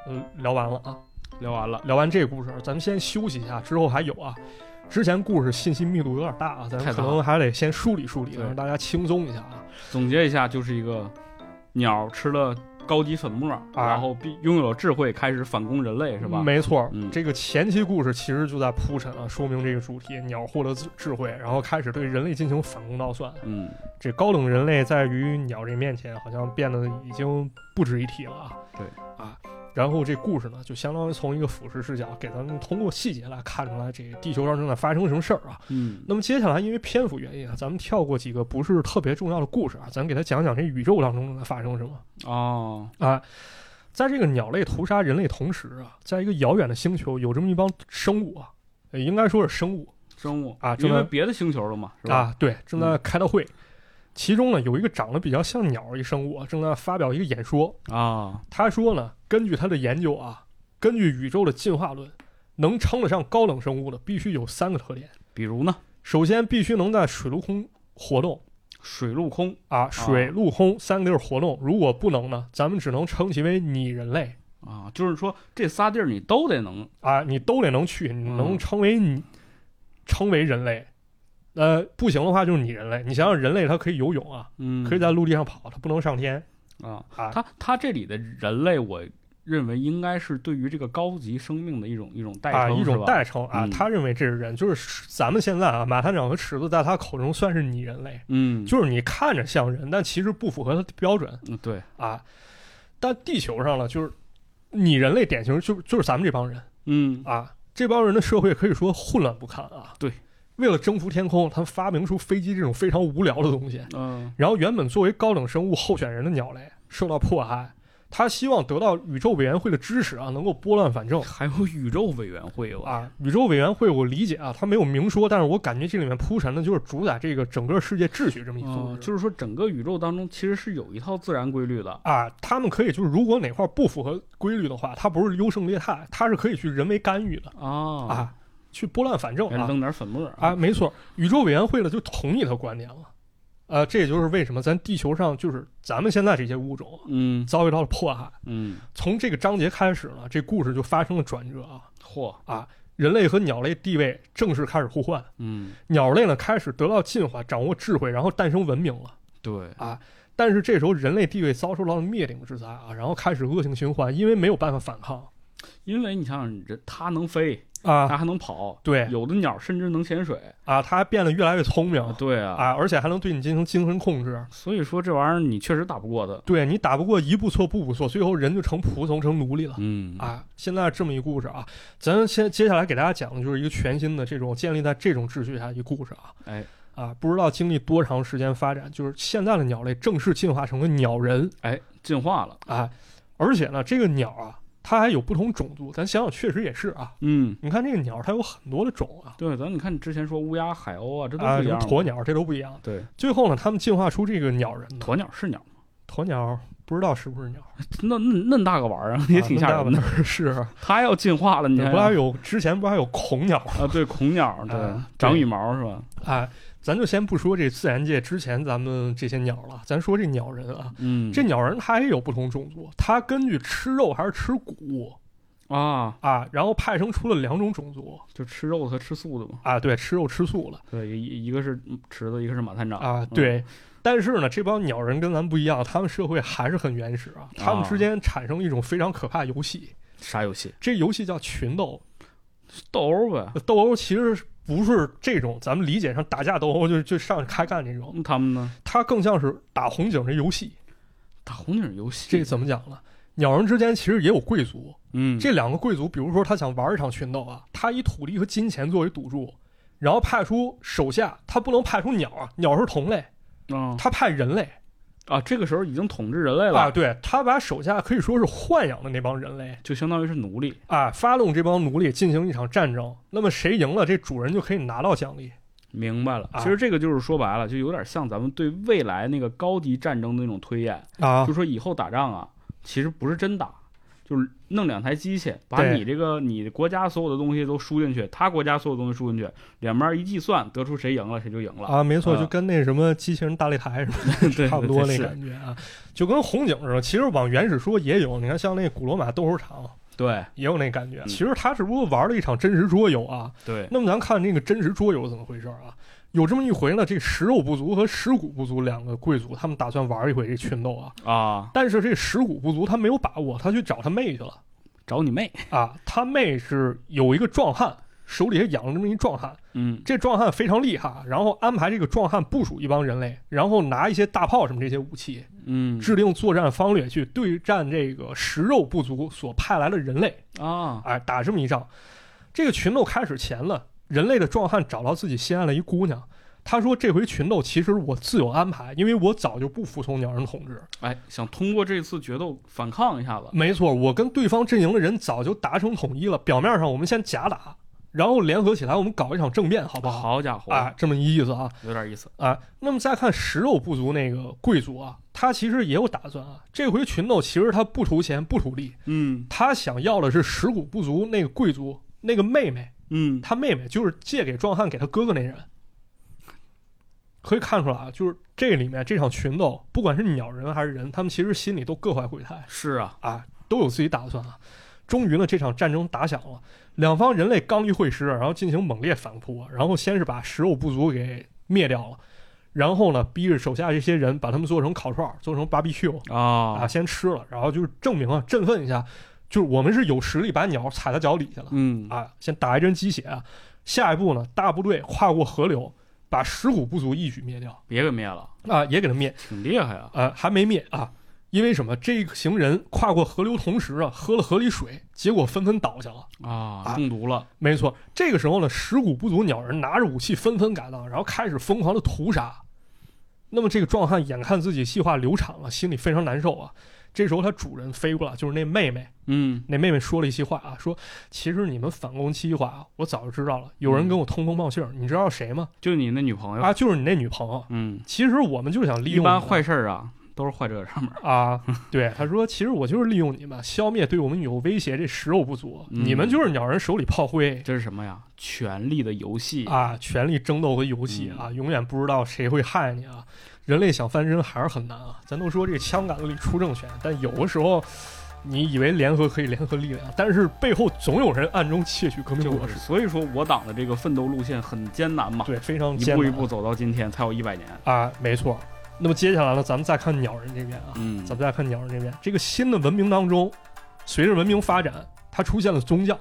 B: 嗯，聊完了啊，
A: 聊完了，
B: 聊完这个故事，咱们先休息一下，之后还有啊。之前故事信息密度有点大啊，咱
A: 太大
B: 们可能还得先梳理梳理，
A: 对
B: 让大家轻松一下啊。
A: 总结一下，就是一个鸟吃了高级粉末，然后必拥有了智慧，开始反攻人类，是吧？
B: 啊没错，
A: 嗯
B: 这个前期故事其实就在铺陈啊，说明这个主题：鸟获得智智慧，然后开始对人类进行反攻倒算。
A: 嗯，
B: 这高等人类在于鸟这面前，好像变得已经不值一提了啊。
A: 对
B: 啊，然后这故事呢，就相当于从一个俯视视角，给咱们通过细节来看出来这地球上正在发生什么事儿啊。
A: 嗯，
B: 那么接下来，因为篇幅原因啊，咱们跳过几个不是特别重要的故事啊，咱给他讲讲这宇宙当中正在发生什么
A: 哦，
B: 啊。在这个鸟类屠杀人类同时啊，在一个遥远的星球，有这么一帮生物啊，呃应该说是生物，
A: 生物
B: 啊这
A: 因
B: 么
A: 为别的星球了嘛，是吧？嗯
B: 啊，对，正在开的会。其中呢，有一个长得比较像鸟儿一生物啊，正在发表一个演说。
A: 啊，
B: 他说呢，根据他的研究啊，根据宇宙的进化论，能称得上高等生物的必须有三个特点。
A: 比如呢，
B: 首先，必须能在水陆空活动
A: 水陆空
B: 啊，水陆空三个地儿活动。如果不能呢，咱们只能称其为拟人类
A: 啊，就是说这仨地儿你都得能
B: 啊，你都得能去，你能
A: 嗯
B: 称为你，称为人类。呃，不行的话就是拟人类。你想想，人类他可以游泳啊，
A: 嗯，
B: 可以在陆地上跑，他不能上天。
A: 啊
B: 啊，
A: 他他这里的人类，我认为应该是对于这个高级生命的一种一种代
B: 啊，
A: 称，
B: 一
A: 是
B: 种
A: 吧
B: 代称啊，
A: 嗯
B: 他认为这是人，就是咱们现在啊，马探长和池子在他口中算是拟人类，
A: 嗯，
B: 就是你看着像人，但其实不符合他的标准
A: 嗯对，
B: 啊。但地球上了，就是拟人类典型就就是咱们这帮人
A: 嗯
B: 啊，这帮人的社会可以说混乱不堪啊。
A: 对，
B: 为了征服天空，他们发明出飞机这种非常无聊的东西，
A: 嗯
B: 然后原本作为高等生物候选人的鸟类受到迫害。他希望得到宇宙委员会的支持啊，能够拨乱反正。
A: 还有宇宙委员会有，
B: 啊，宇宙委员会我理解啊，他没有明说，但是我感觉这里面铺陈的就是主宰这个整个世界秩序这么一组
A: 嗯，
B: 织，
A: 就是说整个宇宙当中其实是有一套自然规律的，
B: 啊，他们可以就是如果哪块不符合规律的话，它不是优胜劣汰，它是可以去人为干预的
A: 啊
B: 啊，去拨乱反正
A: 给人
B: 啊
A: 扔点粉末儿
B: 啊，，没错，宇宙委员会了就同意他观点了，呃，这也就是为什么咱地球上就是咱们现在这些物种
A: 嗯
B: 遭遇到了迫害。
A: 嗯，
B: 从这个章节开始呢，这故事就发生了转折啊，
A: 嚯，
B: 人类和鸟类地位正式开始互换。
A: 嗯
B: 鸟类呢开始得到进化，掌握智慧，然后诞生文明了。
A: 对，
B: 但是这时候人类地位遭受到了灭顶之灾啊，然后开始恶性循环，因为没有办法反抗
A: 因为你想想，人它能飞，
B: 啊，
A: 它还能跑，
B: 对
A: 有的鸟甚至能潜水。
B: 啊，他变得越来越聪明
A: 对啊，
B: 啊，而且还能对你进行精神控制，
A: 所以说这玩意儿你确实打不过它。
B: 对你打不过一步错步步错，最后人就成仆从成奴隶了。
A: 嗯，
B: 啊，现在这么一故事啊，咱先接下来给大家讲的就是一个全新的这种建立在这种秩序下一故事啊。
A: 哎
B: 啊，不知道经历多长时间发展，就是现在的鸟类正式进化成了鸟人
A: 哎，进化了。
B: 啊，而且呢，这个鸟啊，它还有不同种族。咱想想，确实也是啊。
A: 嗯，
B: 你看这个鸟，它有很多的种啊，
A: 对，咱你看你之前说乌鸦、海鸥啊，这都
B: 啊，
A: 不一
B: 什么
A: 样。
B: 鸵鸟嗯这都不一样。
A: 对，
B: 最后呢，它们进化出这个鸟人呢。
A: 鸵鸟是鸟吗，
B: 鸵鸟不知道是不是鸟，啊
A: 那那那大个玩意儿也挺吓人的。
B: 的。是，
A: 它要进化了，你
B: 不
A: 看
B: 还有之前不还有恐鸟吗？
A: 啊？对，恐鸟，对
B: 啊，
A: 长
B: 对
A: 羽毛是吧？
B: 哎，咱就先不说这自然界之前咱们这些鸟了，咱说这鸟人啊，
A: 嗯，
B: 这鸟人它也有不同种族，它根据吃肉还是吃骨
A: 啊，
B: 啊，然后派生出了两种种族
A: 就吃肉的和吃素的嘛。
B: 啊，对，吃肉吃素了
A: 对，一一个是池子，一个是马探长
B: 啊，
A: 嗯
B: 对。但是呢，这帮鸟人跟咱们不一样，他们社会还是很原始啊。他们之间产生一种非常可怕的游戏，
A: 啥游戏？
B: 这游戏叫群斗。
A: 斗殴呗。
B: 斗殴其实不是这种咱们理解上打架斗殴，就就上去开干这种，
A: 那他们呢？
B: 它更像是打红警这游戏。
A: 打红警游戏，
B: 这怎么讲呢？鸟人之间其实也有贵族，
A: 嗯，
B: 这两个贵族，比如说他想玩一场群斗啊，他以土地和金钱作为赌注，然后派出手下，他不能派出鸟啊，鸟是同类，
A: 啊
B: 他派人类
A: 啊，这个时候已经统治人类
B: 啊，
A: 了，
B: 对他把手下可以说是豢养的那帮人类
A: 就相当于是奴隶
B: 啊，发动这帮奴隶进行一场战争，那么谁赢了，这主人就可以拿到奖励
A: 明白了，
B: 啊
A: 其实这个就是说白了，就有点像咱们对未来那个高级战争的那种推演，
B: 啊
A: 就说以后打仗啊，其实不是真打，就是弄两台机器，把
B: 对
A: 你这个你国家所有的东西都输进去，他国家所有东西输进去，两边一计算，得出谁赢了谁就赢了，
B: 啊，没错，
A: 啊
B: 就跟那什么机器人大擂台什么的
A: 对
B: 差不多那
A: 是
B: 感觉啊，就跟红警似的。其实往原始说也有，你看像那古罗马斗兽场
A: 对
B: 也有那感觉。
A: 嗯
B: 其实他只不过玩了一场真实桌游啊，
A: 对，
B: 那么咱看这个真实桌游是怎么回事儿啊？有这么一回呢，这食肉部族和食骨部族两个贵族，他们打算玩一回这群斗啊。
A: 啊，
B: 但是这食骨部族他没有把握，他去找他妹去了
A: 找你妹，
B: 啊。他妹是有一个壮汉，手里还养了这么一壮汉，
A: 嗯
B: 这壮汉非常厉害，然后安排这个壮汉部署一帮人类，然后拿一些大炮什么这些武器，
A: 嗯
B: 制定作战方略去对战这个食肉部族所派来的人类。
A: 啊，
B: 哎，打这么一仗。这个群斗开始前了，人类的壮汉找到自己心爱的一姑娘，他说：“这回群斗其实我自有安排，因为我早就不服从鸟人统治。
A: 哎，想通过这次决斗反抗一下子，
B: 没错，我跟对方阵营的人早就达成统一了。表面上我们先假打，然后联合起来，我们搞一场政变，好不好？
A: 好家伙，
B: 啊，这么一意思啊
A: 有点意思。
B: 啊。那么再看食肉部族那个贵族啊，他其实也有打算啊。这回群斗其实他不图钱不图利，
A: 嗯
B: 他想要的是食骨部族那个贵族那个妹妹。
A: 嗯，
B: 他妹妹就是借给壮汉给他哥哥那人。可以看出来啊，就是这里面这场群斗，不管是鸟人还是人，他们其实心里都各怀鬼胎
A: 是啊，
B: 啊，都有自己打算啊。终于呢，这场战争打响了，两方人类刚一会师，然后进行猛烈反扑，然后先是把食肉部族给灭掉了，然后呢，逼着手下这些人把他们做成烤串儿，做成 BBQ 啊，
A: 啊，
B: 先吃了，然后就是证明啊，振奋一下，就是我们是有实力把鸟踩到脚底下了。
A: 嗯
B: 啊，先打一针鸡血啊。下一步呢，大部队跨过河流，把石虎部族一举灭掉
A: 别给灭了，
B: 啊，也给他灭。
A: 挺厉害啊。
B: 呃，还没灭啊，因为什么？这一行人跨过河流同时啊，喝了河里水，结果纷纷倒下了。
A: 啊，
B: 啊
A: 中毒了，
B: 没错，这个时候呢，石虎部族鸟人拿着武器纷纷赶到，然后开始疯狂的屠杀。那么这个壮汉眼看自己计划流产了，心里非常难受啊。这时候他主人飞过来，就是那妹妹，
A: 嗯，
B: 那妹妹说了一些话啊，说其实你们反攻西华啊，我早就知道了，有
A: 嗯
B: 人跟我通风报信儿，你知道谁吗？
A: 就你那女朋友，
B: 啊，就是你那女朋友。
A: 嗯，
B: 其实我们就是想利
A: 一
B: 用
A: 般
B: 你们
A: 坏事儿啊都是坏这个上面儿，
B: 啊，对，他说其实我就是利用你们，消灭对我们有威胁这食肉部族，
A: 嗯
B: 你们就是鸟人手里炮灰
A: 这是什么呀？权力的游戏，
B: 啊，权力争斗和游戏
A: 嗯
B: 啊，永远不知道谁会害你啊。人类想翻身还是很难啊，咱都说这枪杆子里出政权，但有的时候。你以为联合可以联合力量，但是背后总有人暗中窃取革命
A: 就
B: 果
A: 是
B: 实，
A: 所以说我党的这个奋斗路线很艰难嘛，
B: 对，非常
A: 一
B: 艰
A: 步一
B: 难
A: 步走到今天才有一百年，
B: 啊，没错。那么接下来呢，咱们再看鸟人这边啊，
A: 嗯，
B: 咱们再看鸟人这边，这个新的文明当中，随着文明发展，它出现了宗教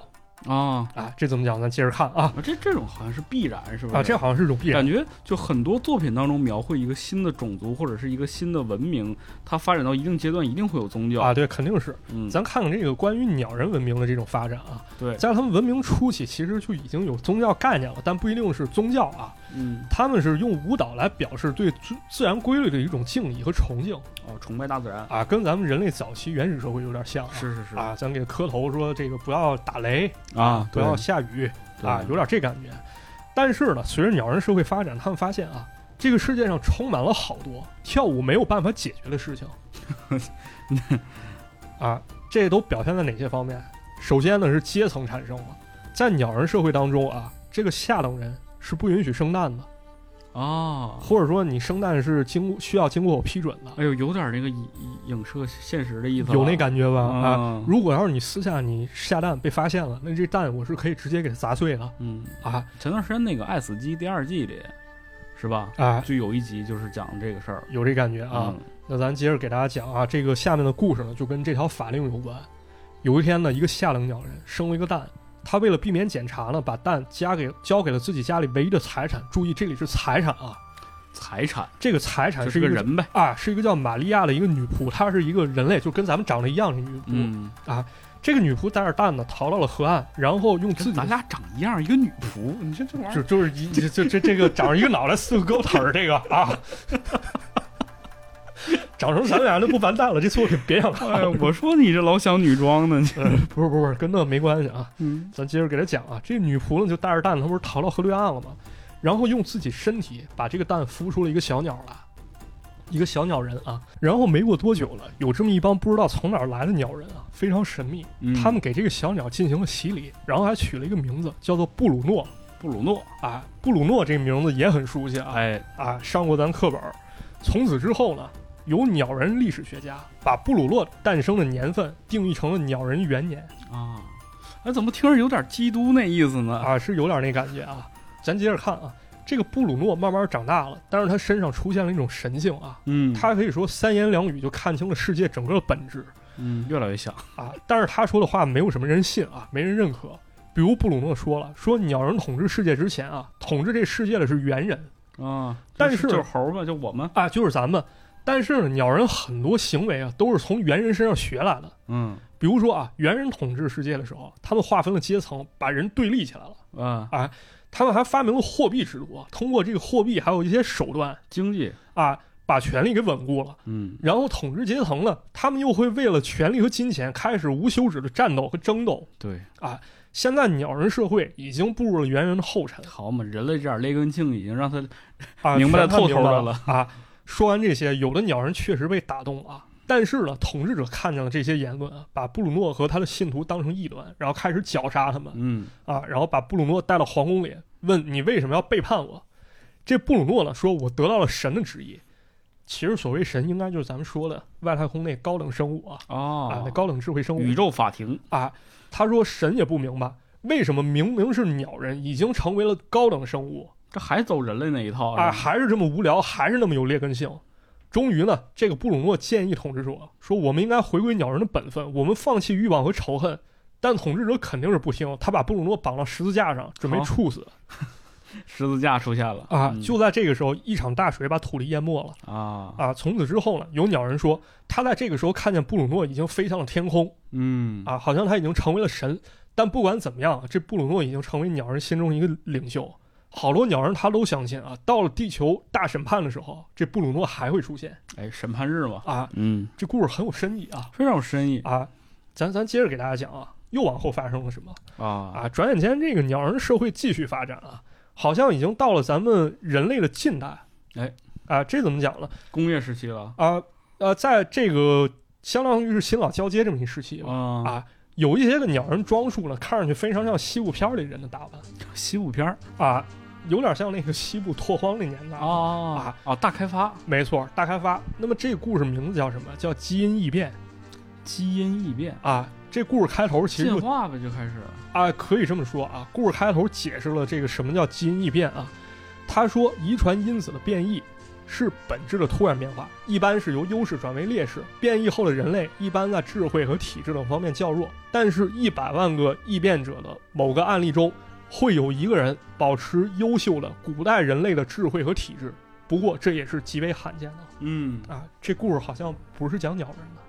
A: 啊？
B: 啊，这怎么讲？咱接着看啊
A: 啊这这种好像是必然，是不是？
B: 啊，这好像是一种必然
A: 感觉就很多作品当中描绘一个新的种族或者是一个新的文明，它发展到一定阶段一定会有宗教。
B: 啊，对，肯定是。
A: 嗯，
B: 咱看看这个关于鸟人文明的这种发展啊，
A: 对，
B: 在他们文明初期其实就已经有宗教概念了，但不一定是宗教啊，
A: 嗯，
B: 他们是用舞蹈来表示对自自然规律的一种敬意和崇敬
A: 哦，崇拜大自然，
B: 啊，跟咱们人类早期原始社会有点像、啊。
A: 是是是
B: 啊，咱给磕头说这个不要打雷
A: 啊，
B: 不要下雨
A: 对
B: 啊，有点这感觉。但是呢，随着鸟人社会发展，他们发现啊，这个世界上充满了好多跳舞没有办法解决的事情。啊，这都表现在哪些方面？首先呢是阶层产生了，在鸟人社会当中啊，这个下等人是不允许生蛋的，
A: 啊，
B: 或者说你生蛋是经过需要经过我批准的，
A: 哎呦，有点那个影影射现实的意思了，
B: 有那感觉吧？啊，
A: 啊，
B: 如果要是你私下你下蛋被发现了，那这蛋我是可以直接给它砸碎的
A: 嗯，
B: 啊
A: 前段时间那个《爱死机》第二季里，是吧？
B: 啊，
A: 就有一集就是讲这个事儿
B: 有这感觉啊。
A: 嗯
B: 那咱接着给大家讲啊，这个下面的故事呢，就跟这条法令有关。有一天呢，一个下等鸟人生了一个蛋，他为了避免检查呢，把蛋交给交给了自己家里唯一的财产。注意，这里是财产啊，
A: 财产，
B: 这个财产
A: 就是是个
B: 一个
A: 人呗，
B: 啊，是一个叫玛利亚的一个女仆，她是一个人类，就跟咱们长得一样的女仆。
A: 嗯，
B: 这个女仆带着蛋呢，逃到了河岸，然后用自
A: 跟
B: 己的
A: 咱俩长一样，一个女仆，你这 这玩意
B: 就
A: 儿，
B: 就是一就就这这个长着一个脑袋四个胳膊腿儿这个啊，长成咱俩就不完蛋了，这作品别想看
A: 哎
B: 了。
A: 呦，我说你这老想女装呢，你，
B: 嗯 不是不是不是，跟那没关系啊。
A: 嗯
B: 咱接着给他讲啊，这女仆呢就带着蛋，她不是逃到河对岸了吗？然后用自己身体把这个蛋孵出了一个小鸟来，一个小鸟人啊。然后没过多久了，有这么一帮不知道从哪儿来的鸟人啊，非常神秘。
A: 嗯
B: 他们给这个小鸟进行了洗礼，然后还取了一个名字，叫做布鲁诺。
A: 布鲁诺，
B: 啊，布鲁诺这个名字也很熟悉啊。
A: 哎，
B: 啊，上过咱课本儿。从此之后呢，有鸟人历史学家把布鲁诺诞生的年份定义成了鸟人元年
A: 啊，哎，怎么听着有点基督那意思呢？
B: 啊，是有点那感觉啊。咱接着看啊，这个布鲁诺慢慢长大了，但是他身上出现了一种神性啊，
A: 嗯，
B: 他可以说三言两语就看清了世界整个的本质
A: 嗯越来越像，
B: 啊。但是他说的话没有什么人信啊，没人认可。比如布鲁诺说了，说鸟人统治世界之前啊，统治这世界的是猿人，
A: 啊，
B: 但
A: 就是就是猴儿嘛，就我们，
B: 啊，就是咱们。但是呢，鸟人很多行为啊，都是从猿人身上学来的。
A: 嗯
B: 比如说啊，猿人统治世界的时候，他们划分了阶层，把人对立起来了。
A: 啊，
B: 他们还发明了货币制度，啊通过这个货币还有一些手段
A: 经济，
B: 啊，把权力给稳固了。
A: 嗯
B: 然后统治阶层呢，他们又会为了权力和金钱开始无休止的战斗和争斗。
A: 对，
B: 现在鸟人社会已经步入了猿人的后尘
A: 好嘛，人类这点劣根性已经让他
B: 啊，
A: 明白得
B: 全看
A: 透
B: 明
A: 透
B: 白
A: 的
B: 了啊。说完这些，有的鸟人确实被打动了啊，但是呢，统治者看见了这些言论啊，把布鲁诺和他的信徒当成异端，然后开始绞杀他们。
A: 嗯
B: 啊，然后把布鲁诺带到皇宫里，问你为什么要背叛我？这布鲁诺呢说，我得到了神的旨意。其实所谓神，应该就是咱们说的外太空那高等生物啊，啊，那
A: 哦，
B: 高等智慧生物。
A: 宇宙法庭，
B: 啊，他说神也不明白，为什么明明是鸟人，已经成为了高等生物
A: 这还走人类那一套是吧
B: 啊，还是这么无聊，还是那么有劣根性。终于呢，这个布鲁诺建议统治者说，我们应该回归鸟人的本分，我们放弃欲望和仇恨。但统治者肯定是不听，他把布鲁诺绑到十字架上，准备
A: 好
B: 处死。
A: 十字架出现了
B: 啊，
A: 嗯
B: 就在这个时候，一场大水把土地淹没了
A: 啊，
B: 啊！从此之后呢，有鸟人说，他在这个时候看见布鲁诺已经飞向了天空
A: 嗯
B: 啊，好像他已经成为了神。但不管怎么样，啊这布鲁诺已经成为鸟人心中一个领袖。好多鸟人他都相信啊，到了地球大审判的时候，这布鲁诺还会出现
A: 哎，审判日嘛，
B: 啊！
A: 嗯，
B: 这故事很有深意啊
A: 非常有深意
B: 啊！咱咱接着给大家讲啊，又往后发生了什么？
A: 啊，
B: 啊，转眼间这个鸟人社会继续发展啊，好像已经到了咱们人类的近代。
A: 哎，
B: 啊，这怎么讲呢？
A: 工业时期了
B: 啊，呃，在这个相当于是新老交接这么一时期吧，
A: 啊
B: 啊，有一些个鸟人装束呢，看上去非常像西部片里人的打扮
A: 西部片儿
B: 啊，有点像那个西部拓荒那年代。
A: 啊啊，大开发，
B: 没错，大开发。那么这个故事名字叫什么？叫基因异变
A: 基因异变，
B: 啊。这故事开头其实
A: 进
B: 就
A: 化呗，就开始，
B: 啊，可以这么说啊。故事开头解释了这个什么叫基因异变啊。他说，遗传因子的变异是本质的突然变化，一般是由优势转为劣势。变异后的人类一般在智慧和体质等方面较弱，但是，一百万个异变者的某个案例中，会有一个人保持优秀的古代人类的智慧和体质。不过，这也是极为罕见的
A: 嗯，
B: 啊！这故事好像不是讲鸟人的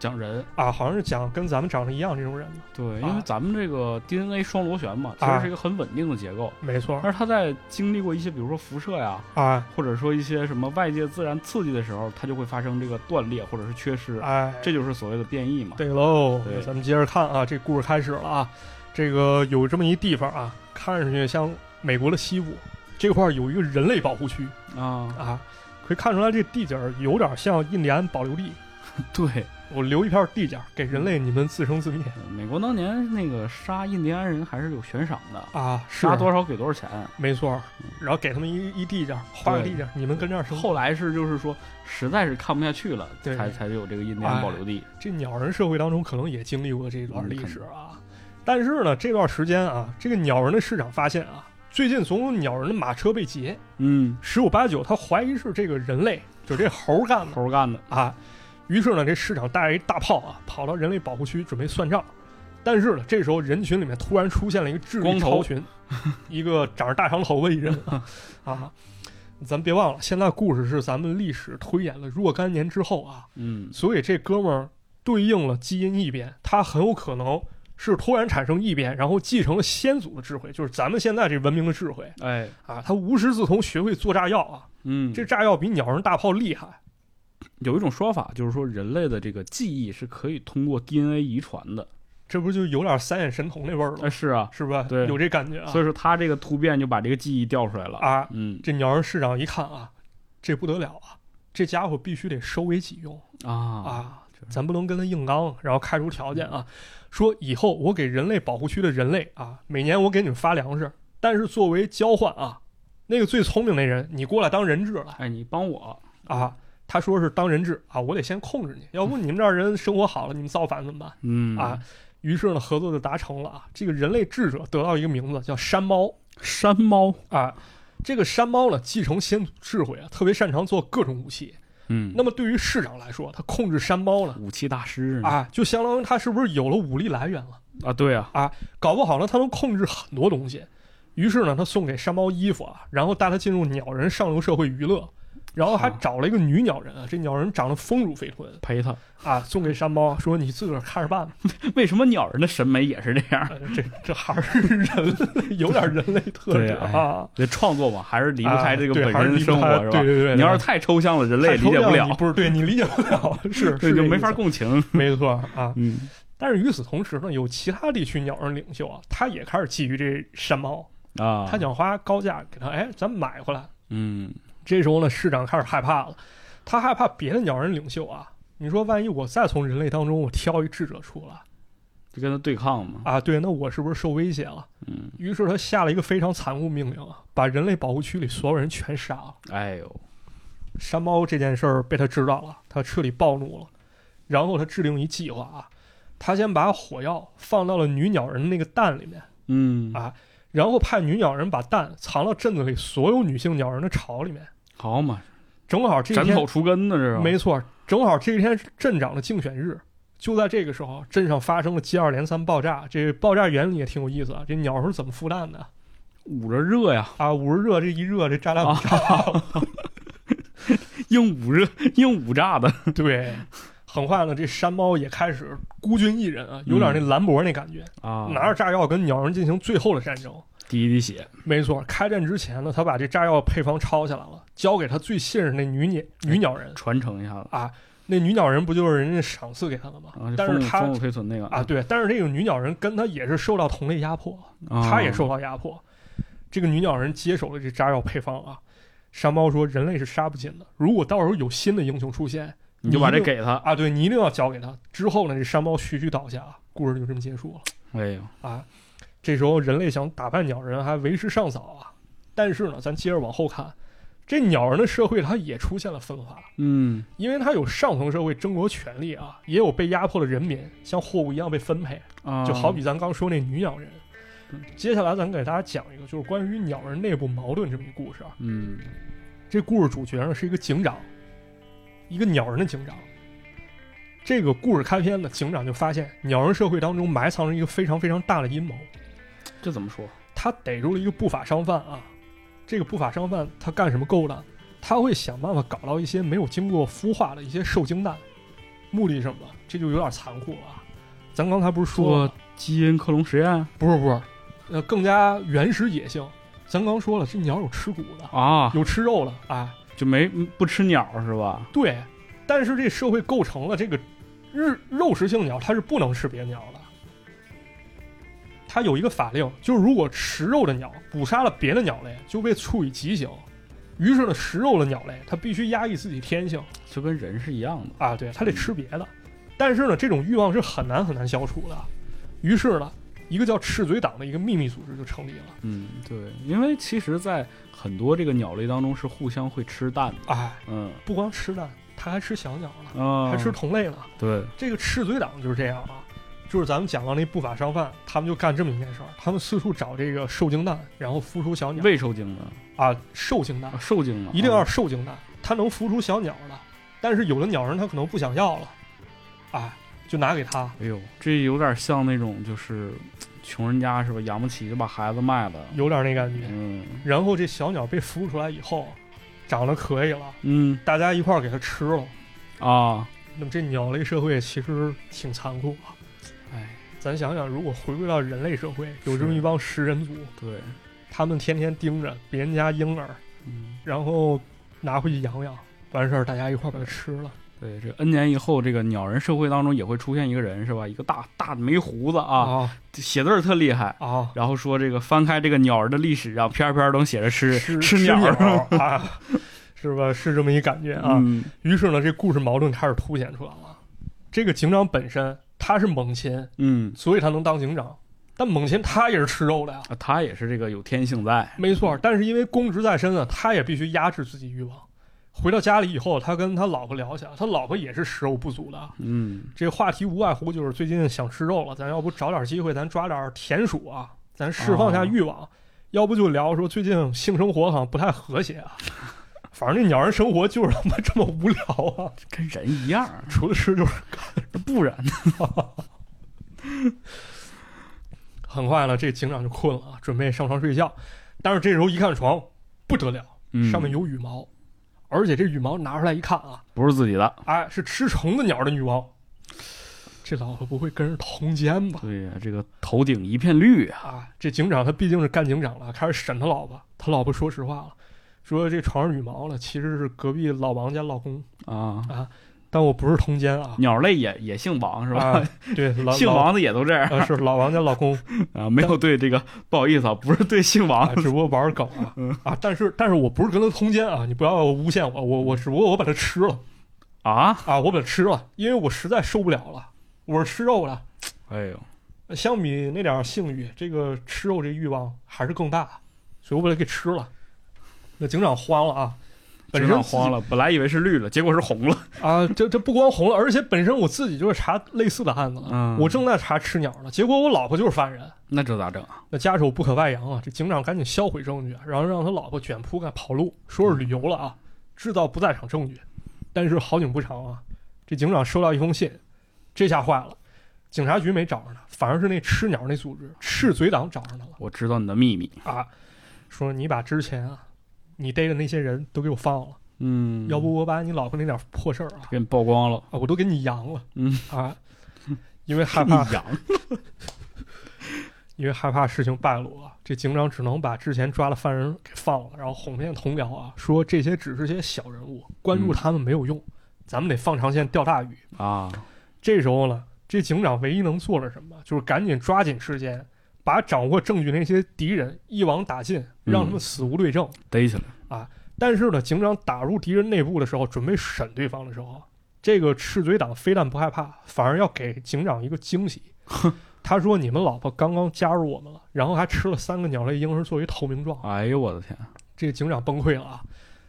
A: 讲人，
B: 啊，好像是讲跟咱们长得一样这种人的。
A: 对，
B: 啊
A: 因为咱们这个 DNA 双螺旋嘛，其实
B: 啊
A: 是一个很稳定的结构，
B: 没错
A: 但是它在经历过一些，比如说辐射呀，
B: 啊，
A: 或者说一些什么外界自然刺激的时候，它就会发生这个断裂或者是缺失，
B: 哎，
A: 这就是所谓的变异嘛。
B: 对喽，
A: 对
B: 那咱们接着看啊，这故事开始了啊。这个有这么一地方啊，看上去像美国的西部这块儿有一个人类保护区
A: 啊，
B: 啊，可以看出来这地界儿有点像印第安保留地，
A: 对，
B: 我留一片地界儿给人类你们自生自灭
A: 美国当年那个杀印第安人还是有悬赏的，
B: 啊，是
A: 杀多少给多少钱。
B: 没错儿，然后给他们一一地界儿，划个
A: 对
B: 地界儿，你们跟这儿生活。
A: 后来是就是说，实在是看不下去了，
B: 对
A: 才才有这个印第安保留地。
B: 这鸟人社会当中可能也经历过这段历史
A: 嗯
B: 啊。但是呢，这段时间啊，这个鸟人的市场发现啊，最近总有鸟人的马车被劫，
A: 嗯，
B: 十有八九，他怀疑是这个人类，就这猴干的
A: 猴干的。
B: 啊。于是呢，这市场带着一大炮啊，跑到人类保护区准备算账。但是呢，这时候人群里面突然出现了一个智力
A: 光头
B: 超 群，一个长着大长头发一人啊。咱别忘了，现在故事是咱们历史推演了若干年之后啊，
A: 嗯，
B: 所以这哥们儿对应了基因异变，他很有可能是突然产生异变，然后继承了先祖的智慧，就是咱们现在这文明的智慧
A: 哎，
B: 啊。他无师自通学会做炸药啊，
A: 嗯，
B: 这炸药比鸟人大炮厉害
A: 有一种说法，就是说人类的这个记忆是可以通过 DNA 遗传的。
B: 这不就有点三眼神童那味儿
A: 哎，
B: 了，
A: 是啊，
B: 是吧？
A: 对
B: 有这感觉啊
A: 所以说他这个突变就把这个记忆调出来了。
B: 啊！
A: 嗯
B: 这鸟人市长一看啊，这不得了啊，这家伙必须得收为己用
A: 啊
B: 啊，咱不能跟他硬刚，然后开出条件啊，说以后我给人类保护区的人类啊，每年我给你们发粮食，但是作为交换啊，那个最聪明那人你过来当人质来
A: 哎，你帮我，
B: 啊。他说是当人质啊，我得先控制你，要不你们这儿人生活好了，你们造反怎么办？
A: 嗯
B: 啊，于是呢，合作就达成了啊。这个人类智者得到一个名字叫山猫
A: 山猫，
B: 啊。这个山猫呢，继承先祖智慧啊，特别擅长做各种武器。
A: 嗯，
B: 那么对于市长来说，他控制山猫呢，
A: 武器大师呢
B: 啊，就相当于他是不是有了武力来源了？
A: 啊，对啊，
B: 搞不好呢，他能控制很多东西。于是呢，他送给山猫衣服啊，然后带他进入鸟人上流社会娱乐，然后还
A: 啊
B: 找了一个女鸟人啊，这鸟人长得丰乳肥臀
A: 陪他。
B: 啊，送给山猫说：“你自个儿看着办吧。
A: 为什么鸟人的审美也是这样？
B: 呃 这这还是人类有点人类特质
A: 对
B: 啊。
A: 这创作嘛，还是离不开这个
B: 对
A: 本
B: 还
A: 身的
B: 离不
A: 生活，
B: 开
A: 是吧？
B: 对对对，
A: 你要是太抽象了，人类理解不
B: 你
A: 了，
B: 不是对你理解 不了，是
A: 对，
B: 是
A: 就
B: 这
A: 没
B: 意
A: 法
B: 思，
A: 共 情。
B: 没错啊。
A: 嗯
B: 但是与此同时呢，有其他地区鸟人领袖啊，他也开始觊觎这山猫，
A: 啊，
B: 他想花高价给他，哎，咱买回来。
A: 嗯
B: 这时候呢，市长开始害怕了，他害怕别的鸟人领袖啊。你说，万一我再从人类当中我挑一智者出来
A: 就跟他对抗嘛。
B: 啊，对，那我是不是受威胁了？
A: 嗯，
B: 于是他下了一个非常残酷命令啊，把人类保护区里所有人全杀了。
A: 哎呦，
B: 山猫这件事儿被他知道了，他彻底暴怒了，然后他制定一计划啊，他先把火药放到了女鸟人那个蛋里面，
A: 嗯
B: 啊然后派女鸟人把蛋藏到镇子里所有女性鸟人的巢里面。
A: 好嘛，
B: 正好啊这一
A: 斩草
B: 天，
A: 除根呢，这是
B: 没错，正好这一天是镇长的竞选日。就在这个时候，镇上发生了接二连三爆炸。这爆炸原理也挺有意思啊。这鸟是怎么孵蛋的
A: 捂着热呀，
B: 啊？捂着热，这一热，这炸弹、
A: 啊 硬捂热， 硬捂炸 的。
B: 对。很快呢，这山猫也开始孤军一人啊，有点那兰博那感觉。
A: 嗯啊，
B: 拿着炸药跟鸟人进行最后的战争。
A: 滴一滴血，
B: 没错，开战之前呢，他把这炸药配方抄下来了，交给他最信任的女鸟女鸟人。啊
A: 传承一下子
B: 那女鸟人不就是人家赏赐给他的吗
A: 哎啊，就？
B: 但
A: 风
B: 是
A: 鲁
B: 他
A: 风鲁推存那个
B: 啊，，对，但是这个女鸟人跟他也是受到同类压迫，他
A: 他
B: 也受到压迫。这个女鸟人接手了这炸药配方啊。山猫说：“人类是杀不尽的，如果到时候有新的英雄出现
A: 你就把这
B: 你一定
A: 给他。
B: 啊，对你一定要交给他。”之后呢，这山猫徐徐倒下，啊，故事就这么结束了。
A: 哎呦，
B: 啊，这时候人类想打败鸟人还为时尚早啊。但是呢，咱接着往后看，这鸟人的社会它也出现了分化，
A: 嗯，
B: 因为它有上层社会争夺权力啊，也有被压迫的人民像货物一样被分配，
A: 啊
B: 就好比咱刚说那女鸟人
A: 嗯。
B: 接下来咱给大家讲一个，就是关于鸟人内部矛盾这么一故事啊。
A: 嗯
B: 这故事主角呢是一个警长，一个鸟人的警长。这个故事开篇呢，警长就发现鸟人社会当中埋藏着一个非常非常大的阴谋。
A: 这怎么说？
B: 他逮住了一个不法商贩啊，这个不法商贩他干什么勾当？他会想办法搞到一些没有经过孵化的一些受精蛋，目的是什么？这就有点残酷了啊。咱刚才不是说
A: 做基因克隆实验
B: 不是不是，呃，更加原始野性。咱刚说了，这鸟有吃骨的，
A: 啊，
B: 有吃肉的，哎，
A: 就没不吃鸟是吧？
B: 对。但是这社会构成了这个日肉食性鸟，它是不能吃别的鸟的。它有一个法令，就是如果食肉的鸟捕杀了别的鸟类，就被处以极刑。于是呢，食肉的鸟类它必须压抑自己天性
A: 就跟人是一样的。
B: 啊，对，它得吃别的。但是呢，这种欲望是很难很难消除的。于是呢，一个叫赤嘴党的一个秘密组织就成立了。
A: 嗯，对，因为其实，在很多这个鸟类当中是互相会吃蛋的。
B: 哎，
A: 嗯
B: 不光吃蛋，它还吃小鸟了，
A: 啊，
B: 还吃同类了。
A: 对，
B: 这个赤嘴党就是这样啊，就是咱们讲到那不法商贩，他们就干这么一件事儿，他们四处找这个受精蛋，然后孵出小鸟
A: 未受精的，
B: 啊，受精蛋
A: 啊受精的
B: 一定要
A: 啊
B: 是受精蛋，它能孵出小鸟的，但是有的鸟人他可能不想要了，哎，就拿给他，
A: 哎呦，这有点像那种就是穷人家是吧？养不起就把孩子卖了。
B: 有点那感觉。
A: 嗯
B: 然后这小鸟被孵出来以后，长得可以了，
A: 嗯
B: 大家一块儿给它吃了。
A: 啊，
B: 那么这鸟类社会其实挺残酷啊。
A: 哎，
B: 咱想想，如果回归到人类社会，有这么
A: 是
B: 一帮食人族，
A: 对，
B: 他们天天盯着别人家婴儿，
A: 嗯
B: 然后拿回去养养，完事儿大家一块儿把它吃了。
A: 对，这 N 年以后，这个鸟人社会当中也会出现一个人是吧？一个大大的没胡子啊，
B: 啊
A: 写字儿特厉害。
B: 啊！
A: 然后说这个翻开这个鸟儿的历史上，篇儿篇儿都写着吃
B: 吃
A: 吃
B: 鸟
A: 鸟儿。
B: 儿啊，是吧？是这么一感觉啊。
A: 嗯
B: 于是呢，这故事矛盾开始凸显出来了。这个警长本身他是猛禽，
A: 嗯
B: 所以他能当警长，但猛禽他也是吃肉的呀。
A: 啊，他也是这个有天性在。
B: 没错，但是因为公职在身呢，他也必须压制自己欲望。回到家里以后，他跟他老婆聊一下，他老婆也是食肉不足的啊。
A: 嗯，
B: 这话题无外乎就是最近想吃肉了，咱要不找点机会，咱抓点田鼠啊，咱释放一下欲望；要不就聊说最近性生活好像不太和谐啊。反正这鸟人生活就是他妈这么无聊啊，
A: 跟人一样，
B: 除了吃就是。
A: 不然呢
B: 很快呢，这警长就困了啊，准备上床睡觉。但是这时候一看床，不得了，
A: 嗯
B: 上面有羽毛，而且这羽毛拿出来一看啊，
A: 不是自己的。
B: 哎，是吃虫子鸟的羽毛。这老婆不会跟人通奸吧？
A: 对呀，这个头顶一片绿啊。
B: 啊，这警长他毕竟是干警长了，开始审他老婆。他老婆说实话了，说这床上羽毛了，其实是隔壁老王家老公，
A: 啊
B: 但我不是通 奸啊，
A: 鸟类也也姓王是吧？
B: 啊对，老
A: 姓王的也都这样
B: 老呃是老王家老公
A: 啊，没有对这个不好 意思啊，嗯不是对姓王
B: 啊，只不过玩梗啊啊，但是但是我不是跟他通奸啊，你不要诬陷我，我我只不过我把他吃了
A: 啊。
B: 啊，我把他吃了，因为我实在受不了了，我是吃肉的，
A: 哎呦，
B: 呃相比那点儿性欲，这个吃肉这欲望还是更大，所以我把它给吃了。那警长慌了啊，本身
A: 警长慌
B: 了
A: 了，本来以为是绿了，结果是红了。
B: 啊，这这不光红了，而且本身我自己就是查类似的案子了，
A: 嗯
B: 我正在查吃鸟呢，结果我老婆就是犯人，
A: 那这咋整啊？
B: 那家属不可外扬啊，这警长赶紧销毁证据，然后让他老婆卷铺盖跑路，说是旅游了啊，制造不在场证据。但是好景不长啊，这警长收到一封信，这下坏了，警察局没找着他，反而是那吃鸟那组织赤嘴党找上他了。
A: 我知道你的秘密。
B: 啊，说你把之前啊你逮的那些人都给我放了，
A: 嗯，
B: 要不我把你老婆那点破事儿啊
A: 给你曝光了。
B: 啊我都给你扬了，
A: 嗯
B: 啊，因为害
A: 你
B: 怕
A: 养
B: 因为害怕事情败露啊，这警长只能把之前抓的犯人给放了，然后哄骗同僚啊，说这些只是些小人物，关注
A: 嗯
B: 他们没有用，咱们得放长线钓大鱼。
A: 啊？
B: 这时候呢，这警长唯一能做的是什么，就是赶紧抓紧时间。把掌握证据那些敌人一网打尽，让他们
A: 嗯
B: 死无对证。
A: 逮起来。
B: 但是呢，警长打入敌人内部的时候，准备审对方的时候，这个赤嘴党非但不害怕，反而要给警长一个惊喜。他说：“你们老婆刚刚加入我们了，然后还吃了三个鸟类婴儿作为投名状。
A: 哎呦我的天！”
B: 这个警长崩溃了啊！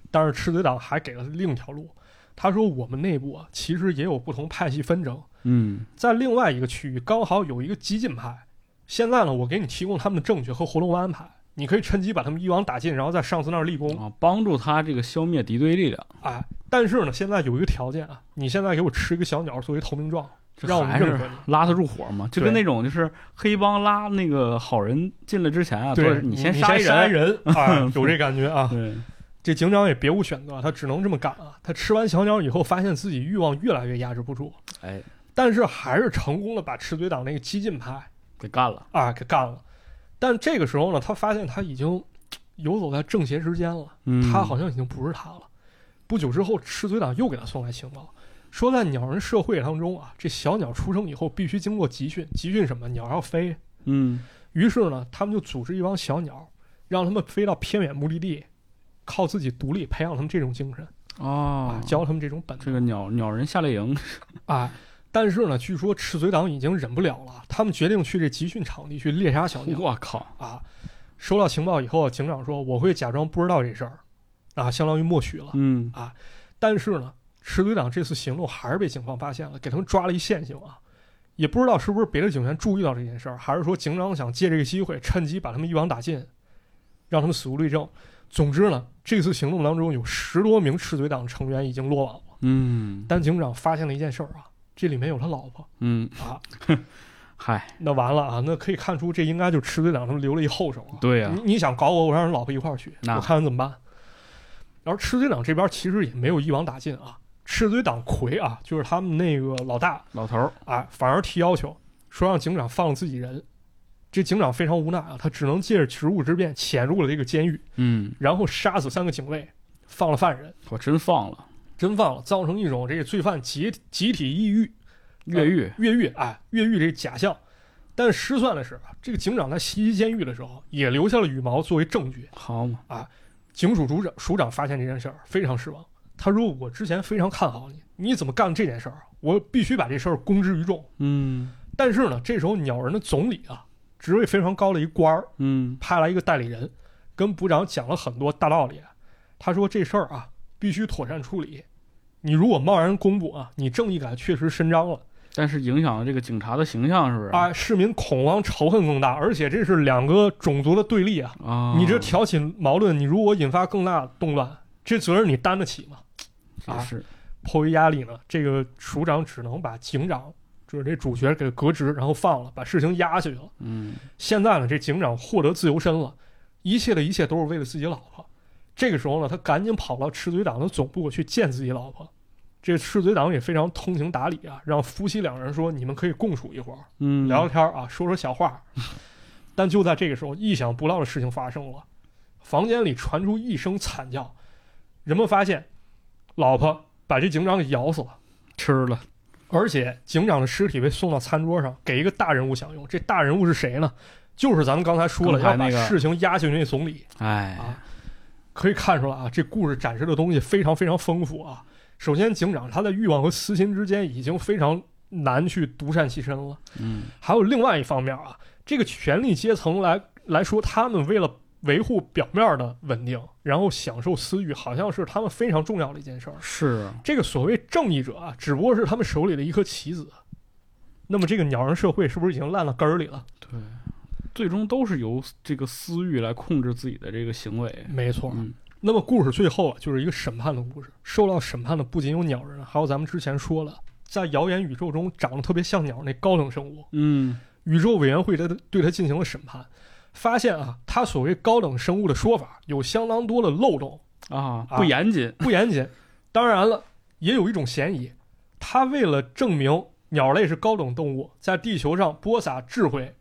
B: 但是赤嘴党还给了另一条路，他说：“我们内部啊，其实也有不同派系纷争，
A: 嗯
B: 在另外一个区域刚好有一个激进派。现在呢，我给你提供他们的证据和活动安排，你可以趁机把他们一网打尽，然后在上司那儿立功。
A: 啊，帮助他这个消灭敌对力量，
B: 哎，但是呢，现在有一个条件啊，你现在给我吃一个小鸟作为投名状，让
A: 这
B: 我们
A: 还
B: 认
A: 是啊
B: 可你。
A: 拉他入伙嘛，就
B: 对
A: 跟那种就是黑帮拉那个好人进来之前啊，
B: 对
A: 说你
B: 先
A: 先杀
B: 一
A: 一人，
B: 人啊，有这感觉啊。
A: 对，
B: 这警长也别无选择，他只能这么干啊。他吃完小鸟以后，发现自己欲望越来越压制不住，
A: 哎，
B: 但是还是成功的把赤嘴党那个激进派
A: 给干了，
B: 啊给干了。但这个时候呢，他发现他已经游走在正邪之间了，
A: 嗯，
B: 他好像已经不是他了。不久之后，赤嘴党又给他送来情报，说在鸟人社会当中啊，这小鸟出生以后必须经过集训，集训什么？鸟要飞，
A: 嗯，
B: 于是呢，他们就组织一帮小鸟，让他们飞到偏远目的地，靠自己独立培养他们这种精神
A: 哦
B: 啊，，教他们这种本
A: 这
B: 能
A: 个鸟鸟人夏令营，
B: 啊。但是呢，据说赤嘴党已经忍不了了，他们决定去这集训场地去猎杀 小鸟
A: 我靠，
B: 啊。收到情报以后，警长说我会假装不知道这事儿，啊，相当于默许了。
A: 嗯，
B: 但是呢，赤嘴党这次行动还是被警方发现了，给他们抓了一现行啊。也不知道是不是别的警员注意到这件事儿，还是说警长想借这个机会趁机把他们一网打尽，让他们死无对证。总之呢，这次行动当中有十多名赤嘴党成员已经落网了。
A: 嗯，
B: 但警长发现了一件事儿啊，这里面有他老婆
A: 嗯，
B: 啊，
A: 嗨，
B: 那完了啊，那可以看出这应该就赤嘴党他们留了一后手啊。
A: 对呀，
B: 你你想搞我，我让人老婆一块儿去，
A: 那
B: 我看看怎么办。然后赤嘴党这边其实也没有一网打尽啊，赤嘴党魁啊，就是他们那个老大
A: 老头儿，
B: 啊，反而提要求说让警长放了自己人。这警长非常无奈啊，他只能借着职务之便潜入了这个监狱，
A: 嗯，
B: 然后杀死三个警卫，放了犯人，
A: 我真放了
B: 真放了，造成一种这个罪犯集集体抑郁嗯
A: 越狱，
B: 越狱啊，越狱这个假象。但失算的是啊，这个警长在袭击监狱的时候也留下了羽毛作为证据，
A: 好嘛，
B: 警署署长署长发现这件事儿，非常失望。他说：“我之前非常看好你，你怎么干这件事儿啊？我必须把这事儿公之于众。
A: 嗯”
B: 但是呢，这时候鸟人的总理啊，职位非常高的一官儿，
A: 嗯，
B: 派来一个代理人，跟部长讲了很多大道理。他说：“这事儿啊，必须妥善处理。你如果贸然公布啊，你正义感确实伸张了
A: 但是影响了这个警察的形象，是不是？
B: 啊，市民恐慌仇恨更大，而且这是两个种族的对立啊。
A: 啊，
B: 你这挑起矛盾，你如果引发更大的动乱，这责任你担得起吗？”
A: 也
B: 啊
A: 是，
B: 迫于压力呢，这个署长只能把警长，就是这主角给革职，然后放了，把事情压下去了。
A: 嗯，
B: 现在呢，这警长获得自由身了，一切的一切都是为了自己老婆。这个时候呢，他赶紧跑到赤嘴党的总部去见自己老婆。这赤嘴党也非常通情达理啊，让夫妻两人说你们可以共处一会儿，
A: 嗯，
B: 聊聊天儿啊，说说小话 儿。但就在这个时候，意想不到的事情发生了，房间里传出一声惨叫，人们发现老婆把这警长给咬死了，
A: 吃了，
B: 而且警长的尸体被送到餐桌上，给一个大人物享用。这大人物是谁呢？就是咱们刚才说了
A: 刚才
B: 要把
A: 那个
B: 事情压下去那总理。
A: 哎
B: 啊，可以看出来啊，这故事展示的东西非常非常丰富啊。首先，警长他在欲望和私心之间已经非常难去独善其身了。
A: 嗯，
B: 还有另外一方面啊，这个权力阶层来来说，他们为了维护表面的稳定，然后享受私欲，好像是他们非常重要的一件事儿。
A: 是，啊
B: 这个所谓正义者啊，只不过是他们手里的一颗棋子。那么这个鸟人社会是不是已经烂到根儿里了？
A: 对，最终都是由这个私欲来控制自己的这个行为。
B: 没错。
A: 嗯
B: 那么故事最后啊，就是一个审判的故事。受到审判的不仅有鸟人，还有咱们之前说了，在谣言宇宙中长得特别像鸟那高等生物。
A: 嗯，
B: 宇宙委员会对他对他进行了审判，发现啊，他所谓高等生物的说法有相当多的漏洞，
A: 啊，
B: 啊
A: 不严谨，
B: 不严谨。当然了，也有一种嫌疑，他为了证明鸟类是高等动物，在地球上播撒智慧，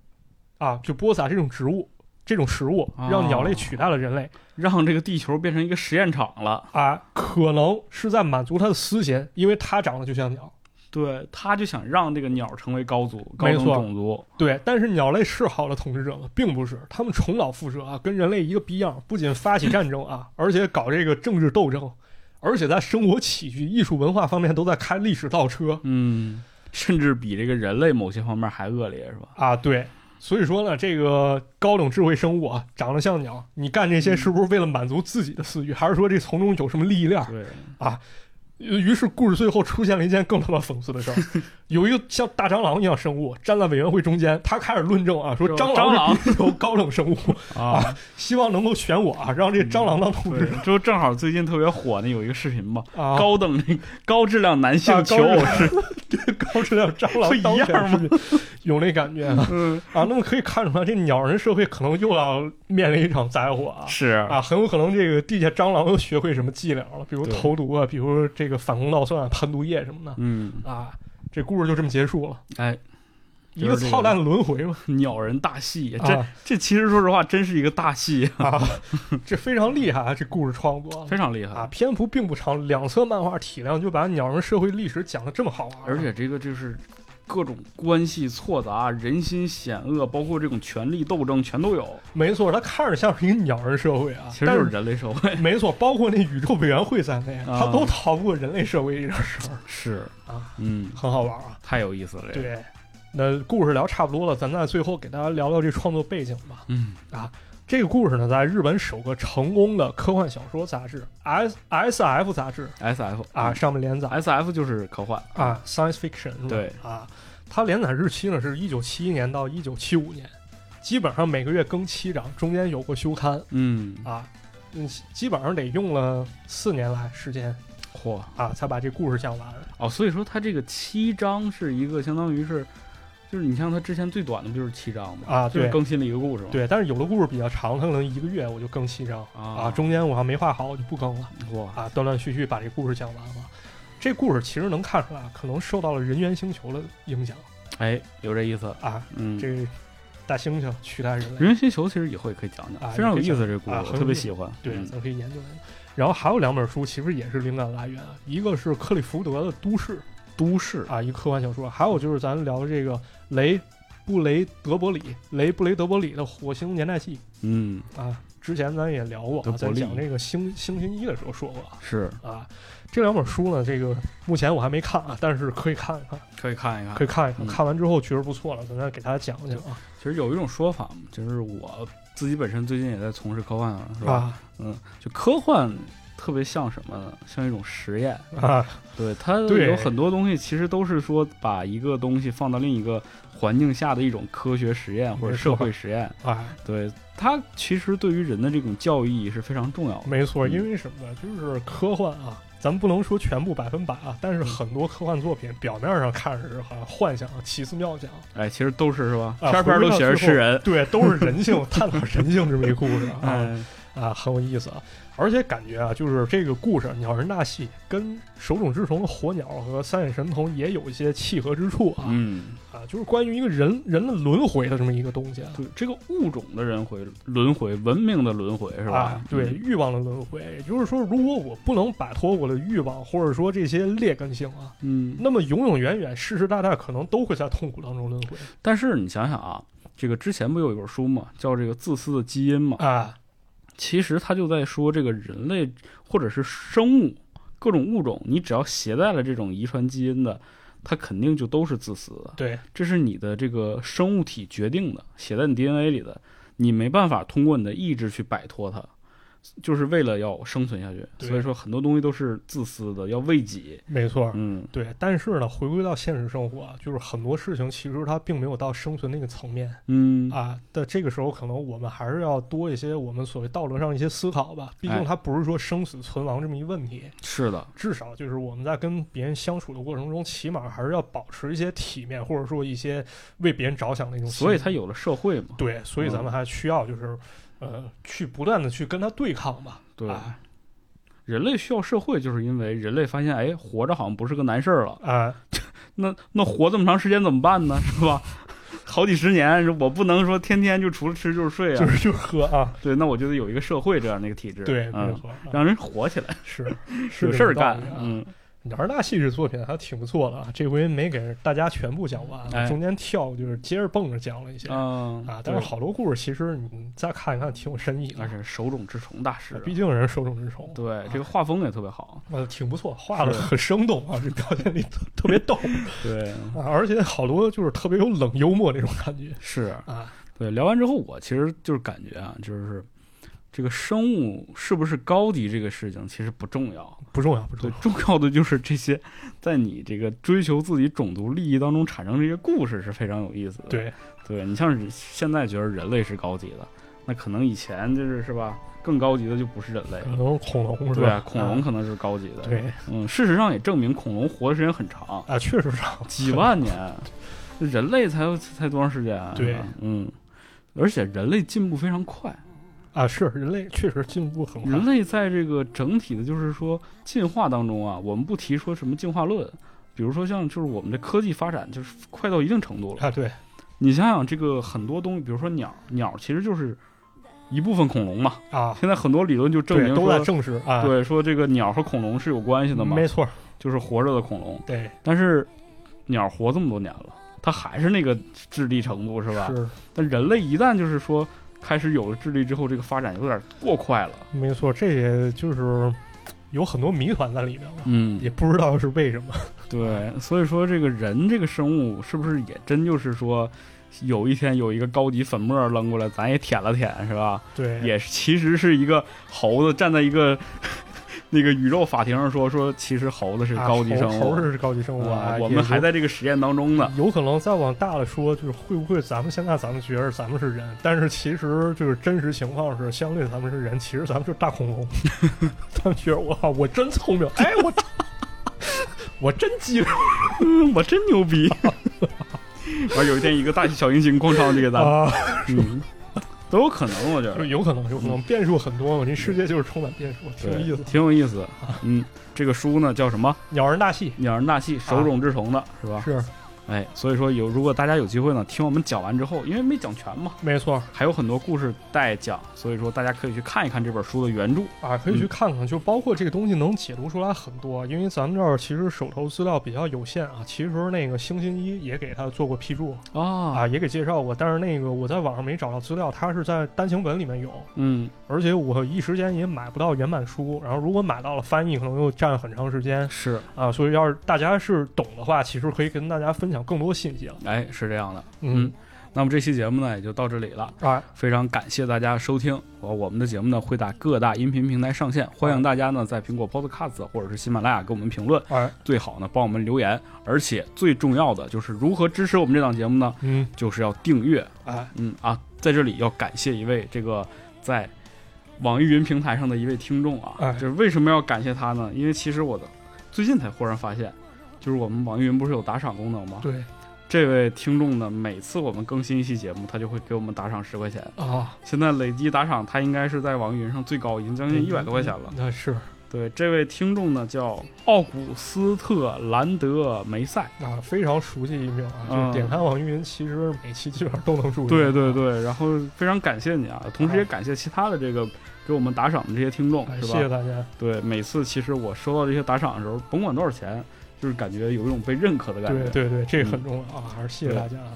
B: 啊， 就播撒这种植物、这种食物，
A: 哦
B: 让鸟类取代了人类
A: 让这个地球变成一个实验场了。
B: 啊，可能是在满足他的私心，因为他长得就像鸟。
A: 对，他就想让这个鸟成为高族、高
B: 没
A: 等
B: 错
A: 种族。
B: 对，但是鸟类是好的统治者吗？并不是，他们重蹈覆辙啊，跟人类一个逼样，不仅发起战争啊，而且搞这个政治斗争，而且在生活起居、艺术文化方面都在开历史倒车
A: 嗯，甚至比这个人类某些方面还恶劣，是吧？
B: 啊。对，所以说呢，这个高等智慧生物啊，长得像鸟，你干这些是不是为了满足自己的私欲，还是说这从中有什么利益链儿？
A: 对，
B: 于是故事最后出现了一件更他妈讽刺的事儿， 有一个像大蟑螂一样生物站在委员会中间，他开始论证啊，说
A: 说蟑
B: 蟑 螂
A: 螂
B: 是地球高等生物，
A: 啊，
B: 希望能够选我啊，让这蟑螂当同志
A: 对，就正好最近特别火那有一个视频嘛，
B: 啊，
A: 嗯高等那个高质量男性
B: 啊
A: 求偶是，
B: 高质量蟑螂
A: 不一
B: 当
A: 样
B: 选
A: 吗
B: 是不是有那感觉啊，
A: 嗯，
B: 啊，那么可以看出来，这鸟人社会可能又要面临一场灾祸啊。
A: 是，
B: 啊，很有可能这个地下蟑螂又学会什么伎俩了，比如
A: 对
B: 投毒啊，比如这个反攻倒算、喷毒液什么
A: 嗯，
B: 的啊。这故事就这么结束了，
A: 哎，
B: 一个
A: 就是这个
B: 操蛋的轮回嘛。
A: 鸟人大戏，这、
B: 啊
A: 这其实说实话，真是一个大戏，
B: 啊，这非常厉害啊！这故事创作
A: 非常厉害。
B: 啊，篇幅并不长，两册漫画体量就把鸟人社会历史讲得这么好啊玩、
A: 而且这个就是各种关系错杂、人心险恶，包括这种权力斗争全都有，
B: 没错，它看着像是一个鸟人社会啊，
A: 其实
B: 但
A: 就是人类社 会。
B: 没错，包括那宇宙委员会在内，
A: 啊
B: 它都逃不过人类社会这件事儿，
A: 是
B: 啊，
A: 嗯，
B: 很好玩啊。
A: 太有意思了。这个，
B: 对，那故事聊差不多了，咱在最后给大家聊聊这创作背景吧。
A: 嗯
B: 这个故事呢，在日本首个成功的科幻小说杂志 S S F 杂志
A: ，S F
B: 啊上面连载
A: ，S F 就是科幻，
B: 啊 Science Fiction 是吧
A: 对
B: 啊，它连载日期呢是一九七一年到一九七五年，基本上每个月更七章，中间有过休刊
A: 嗯，
B: 啊，嗯，基本上得用了四年来时间
A: 嚯
B: 啊，才把这故事讲完。
A: 哦，所以说它这个七章是一个相当于是，就是你像它之前最短的不就是七章嘛，
B: 啊
A: 就是
B: 对
A: 更新了一个故事嘛。
B: 对，但是有的故事比较长，它可能一个月我就更七章啊，
A: 啊，
B: 中间我要没画好我就不更了。
A: 嚯，
B: 啊，断断续续把这故事讲完了。这故事其实能看出来啊，可能受到了人猿星球的影响
A: 哎，有这意思，
B: 啊，
A: 嗯。
B: 这大猩猩取代人类，
A: 人猿星球其实以后也可以讲
B: 啊
A: 讲，非常有意思这个故
B: 啊
A: 事，
B: 很
A: 我
B: 有
A: 特别
B: 意思
A: 喜欢。
B: 对，
A: 嗯
B: 咱可以研究研究。然后还有两本书，其实也是灵感来源啊，一个是克利福德的《都市
A: 都市》
B: 啊，一个科幻小说，还有就是咱聊这个雷布雷德伯里雷布雷德伯里的《火星年代记
A: 嗯，》
B: 啊，之前咱也聊过啊
A: 德，伯
B: 咱
A: 利
B: 讲这个星星星一的时候说过啊
A: 是
B: 啊，这两本书呢，这个目前我还没看啊，但是可以看一看。
A: 可以看一看
B: 可以。看一
A: 嗯
B: 看，看完之后觉得不错了，咱再给大家讲讲啊
A: 其实有一种说法嘛，就是我自己本身最近也在从事科幻，是吧？
B: 啊
A: 嗯，就科幻特别像什么呢？像一种实验。
B: 啊！
A: 对，它
B: 对
A: 有很多东西其实都是说把一个东西放到另一个环境下的一种科学实验或者社会实验。
B: 哎，
A: 对，它其实对于人的这种教育意义是非常重要的。
B: 没错，
A: 嗯
B: 因为什么呢？就是科幻啊，咱不能说全部百分百啊，但
A: 嗯
B: 是很多科幻作品表面上看着是好像幻想、奇思妙想，
A: 哎，其实都是是吧？
B: 啊
A: 片片都写着是人。
B: 对，都是人性 探讨人性这么一故事啊
A: 哎，
B: 啊，很有意思啊！而且感觉啊，就是这个故事《鸟人大戏》跟《手冢治虫的火鸟》和《三眼神童》也有一些契合之处啊、
A: 嗯，
B: 啊，就是关于一个人人的轮回的这么一个东西啊。
A: 对，这个物种的人回轮回，文明的轮回是吧？嗯
B: 啊，对欲望的轮回，也就是说，如果我不能摆脱我的欲望，或者说这些劣根性啊，
A: 嗯，
B: 那么永永远远、世世代代可能都会在痛苦当中轮回
A: 但是你想想啊，这个之前不有一本书嘛，叫这个《自私的基因》嘛，
B: 啊
A: 其实他就在说这个人类或者是生物各种物种，你只要携带了这种遗传基因的，它肯定就都是自私的，
B: 对
A: 这是你的这个生物体决定的，写在你 DNA 里的，你没办法通过你的意志去摆脱它。就是为了要生存下去，
B: 对
A: 所以说很多东西都是自私的，要为己。
B: 没错。
A: 嗯，
B: 对，但是呢，回归到现实生活啊，就是很多事情其实它并没有到生存那个层面
A: 嗯，
B: 啊。的这个时候，可能我们还是要多一些我们所谓道德上一些思考吧。毕
A: 哎
B: 竟它不是说生死存亡这么一问题，
A: 是的，
B: 至少就是我们在跟别人相处的过程中，起码还是要保持一些体面，或者说一些为别人着想的一种心态。
A: 所以它嗯有了社会嘛。
B: 对，所以咱们还需要就是，呃，去不断的去跟他对抗吧。
A: 对
B: 啊，
A: 人类需要社会，就是因为人类发现，哎，活着好像不是个难事儿了。
B: 啊，
A: 那那活这么长时间怎么办呢？ 是吧？好几十年，我不能说天天就除了吃就是睡啊。
B: 就是就是喝啊，
A: 对，那我就得有一个社会这样的一个体制，
B: 对，没
A: 嗯，
B: 错，啊
A: 让人活起来，
B: 是是
A: 有
B: 这
A: 事
B: 个
A: 儿干
B: 道理啊。。
A: 嗯，
B: 鸟儿大戏这作品还挺不错的啊，这回没给大家全部讲完，
A: 哎
B: 中间跳就是接着蹦着讲了一些啊
A: 嗯
B: 但是
A: 对
B: 好多故事其实你再看一看挺有深意的
A: 而，且手冢治虫大师啊，
B: 哎毕竟人手冢治虫。
A: 对这个画风也特别好，
B: 呃，挺不错，画的
A: 是
B: 很生动啊，这表现力特特别逗
A: 对，
B: 啊，而且好多就是特别有冷幽默那种感觉
A: 是
B: 啊
A: 对。聊完之后，我其实就是感觉啊，就是这个生物是不是高级这个事情其实不重要，
B: 不重要，不重
A: 对
B: 要，，
A: 重要的就是这些在你这个追求自己种族利益当中产生这些故事是非常有意思的。
B: 对，
A: 对你像是现在觉得人类是高级的，那可能以前就是是吧，更高级的就不是人类
B: 可。能恐龙是
A: 对啊
B: 吧？，
A: 恐龙可能是高级的。
B: 嗯，，对
A: 嗯，事实上也证明恐龙活的时间很长，
B: 啊，确实是啊
A: 几万年，人类才才多长时间啊？
B: 对
A: 是吧，嗯，而且人类进步非常快，
B: 啊，是人类确实进步很快
A: 人，类在这个整体的，就是说进化当中啊，我们不提说什么进化论，比如说像就是我们的科技发展就是快到一定程度了，
B: 啊，对
A: 你想想这个很多东西，比如说鸟，鸟其实就是一部分恐龙嘛，
B: 啊，
A: 现在很多理论就证
B: 对，
A: 明
B: 都在
A: 说。
B: 证实啊，
A: 对，说这个鸟和恐龙是有关系的嘛，
B: 没错，
A: 就是活着的恐龙。
B: 对，
A: 但是鸟活这么多年了，它还是那个智力程度，是吧？
B: 是
A: 但人类一旦就是说开始有了智力之后，这个发展有点过快了。
B: 没错，这也就是有很多谜团在里面了，
A: 嗯，
B: 也不知道是为什么。
A: 对，所以说这个人这个生物是不是也真就是说，有一天有一个高级粉末扔过来，咱也舔了舔，是吧？
B: 对，
A: 也是其实是一个猴子站在一个 那个宇宙法庭上说说，其实猴子是
B: 啊
A: 高级生
B: 猴
A: 物，
B: 猴是高级生物啊
A: 啊，我们还
B: 在。
A: 在这个实验当中呢。
B: 有可能再往大了说，就是会不会咱们现在咱们觉得咱们是人，但是其实就是真实情况是，相对咱们是人，其实咱们就是 大恐龙。他们觉得我靠，我真聪明，哎，我我真机灵，
A: 嗯，我真牛 逼！完有一天一个大小行星咣当就给咱，
B: 啊，
A: 嗯，都有可能，我觉
B: 就
A: 得。
B: 有可能，有可能变数很多嘛，这世界就是充满变数，挺
A: 嗯对，
B: 有意思。
A: 挺有意思。嗯，这个书呢叫什么？
B: 鸟人大戏
A: 鸟人大戏，手冢治虫的、是吧？
B: 是
A: 哎，所以说有，如果大家有机会呢，听我们讲完之后，因为没讲全嘛，
B: 没错
A: 还有很多故事待讲，所以说大家可以去看一看这本书的原著。
B: 啊，可以去
A: 嗯
B: 看看，就包括这个东西能解读出来很多，啊因为咱们这儿其实手头资料比较有限啊。其实那个星星一也给他做过批注，
A: 啊，
B: 啊，也给介绍过，但是那个我在网上没找到资料，它是在单行本里面有，
A: 嗯，
B: 而且我一时间也买不到原版书，然后如果买到了翻译，可能又占很长时间
A: 是，
B: 啊，所以要是大家是懂的话，其实可以跟大家分享更多信息了。
A: 哎，是这样的。
B: 嗯，
A: 那么这期节目呢也就到这里了，
B: 啊，
A: 非常感谢大家收听。我我们的节目呢会在各大音频平台上线，欢迎大家呢在苹果 Podcast 或者是喜马拉雅给我们评论，
B: 哎，
A: 最好呢帮我们留言。而且最重要的就是如何支持我们这档节目呢？
B: 嗯，
A: 就是要订阅。
B: 啊，
A: 嗯啊，在这里要感谢一位这个在网易云平台上的一位听众啊，
B: 哎
A: 就是为什么要感谢他呢？因为其实我的最近才忽然发现，就是我们网易云不是有打赏功能吗？
B: 对
A: 这位听众呢，每次我们更新一期节目，他就会给我们打赏十块钱。
B: 啊，
A: 现在累计打赏，他应该是在网易云上最高，已经将近一百多块钱了。
B: 那是
A: 对，这位听众呢叫奥古斯特兰德梅塞。
B: 啊，非常熟悉一名啊，就是
A: 嗯
B: 点开网易云，其实每期基本上都能注意。
A: 对对对，然后非常感谢你啊，同时也感谢其他的这个给我们打赏的这些听众
B: 啊，，
A: 是
B: 谢
A: 吧？
B: 谢大家。
A: 对，每次其实我收到这些打赏的时候，甭管多少钱，就是感觉有一种被认可的感
B: 对
A: 觉。
B: 对对，
A: 嗯
B: 这个很重要啊，还是谢谢大家啊。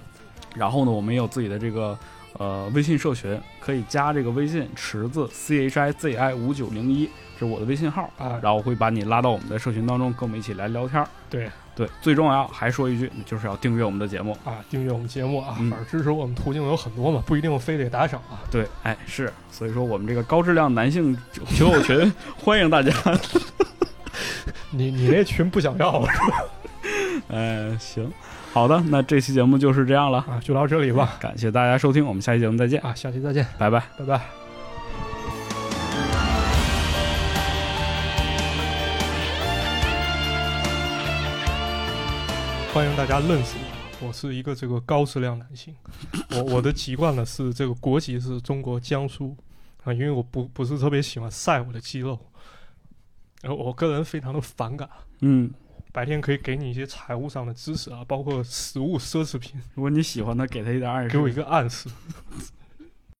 A: 然后呢，我们也有自己的这个呃微信社群，可以加这个微信池子 C H I Z I 五九零一，这是我的微信号，
B: 啊，
A: 然后会把你拉到我们的社群当中，跟我们一起来聊天儿。
B: 对
A: 对，最重要还说一句，就是要订阅我们的节目。
B: 啊，订阅我们节目啊，
A: 嗯
B: 反正支持我们途径有很多嘛，不一定非得打赏啊。
A: 对，哎，是，所以说我们这个高质量男性球友群， 欢迎大家。
B: 你你那群不想要了
A: 呃，行，好的，那这期节目就是这样了，
B: 啊，就到这里吧
A: 感谢大家收听，我们下期节目再见，
B: 啊，下期再见，
A: 拜拜。
B: 拜拜。欢迎大家认识我，我是一个这个高质量男性，我我的籍贯呢是这个国籍是中国江苏啊，因为我不不是特别喜欢晒我的肌肉，然后我个人非常的反感。
A: 嗯，
B: 白天可以给你一些财务上的支持啊，包括食物奢侈品，
A: 如果你喜欢他，给他一点暗示。
B: 给我一个暗示。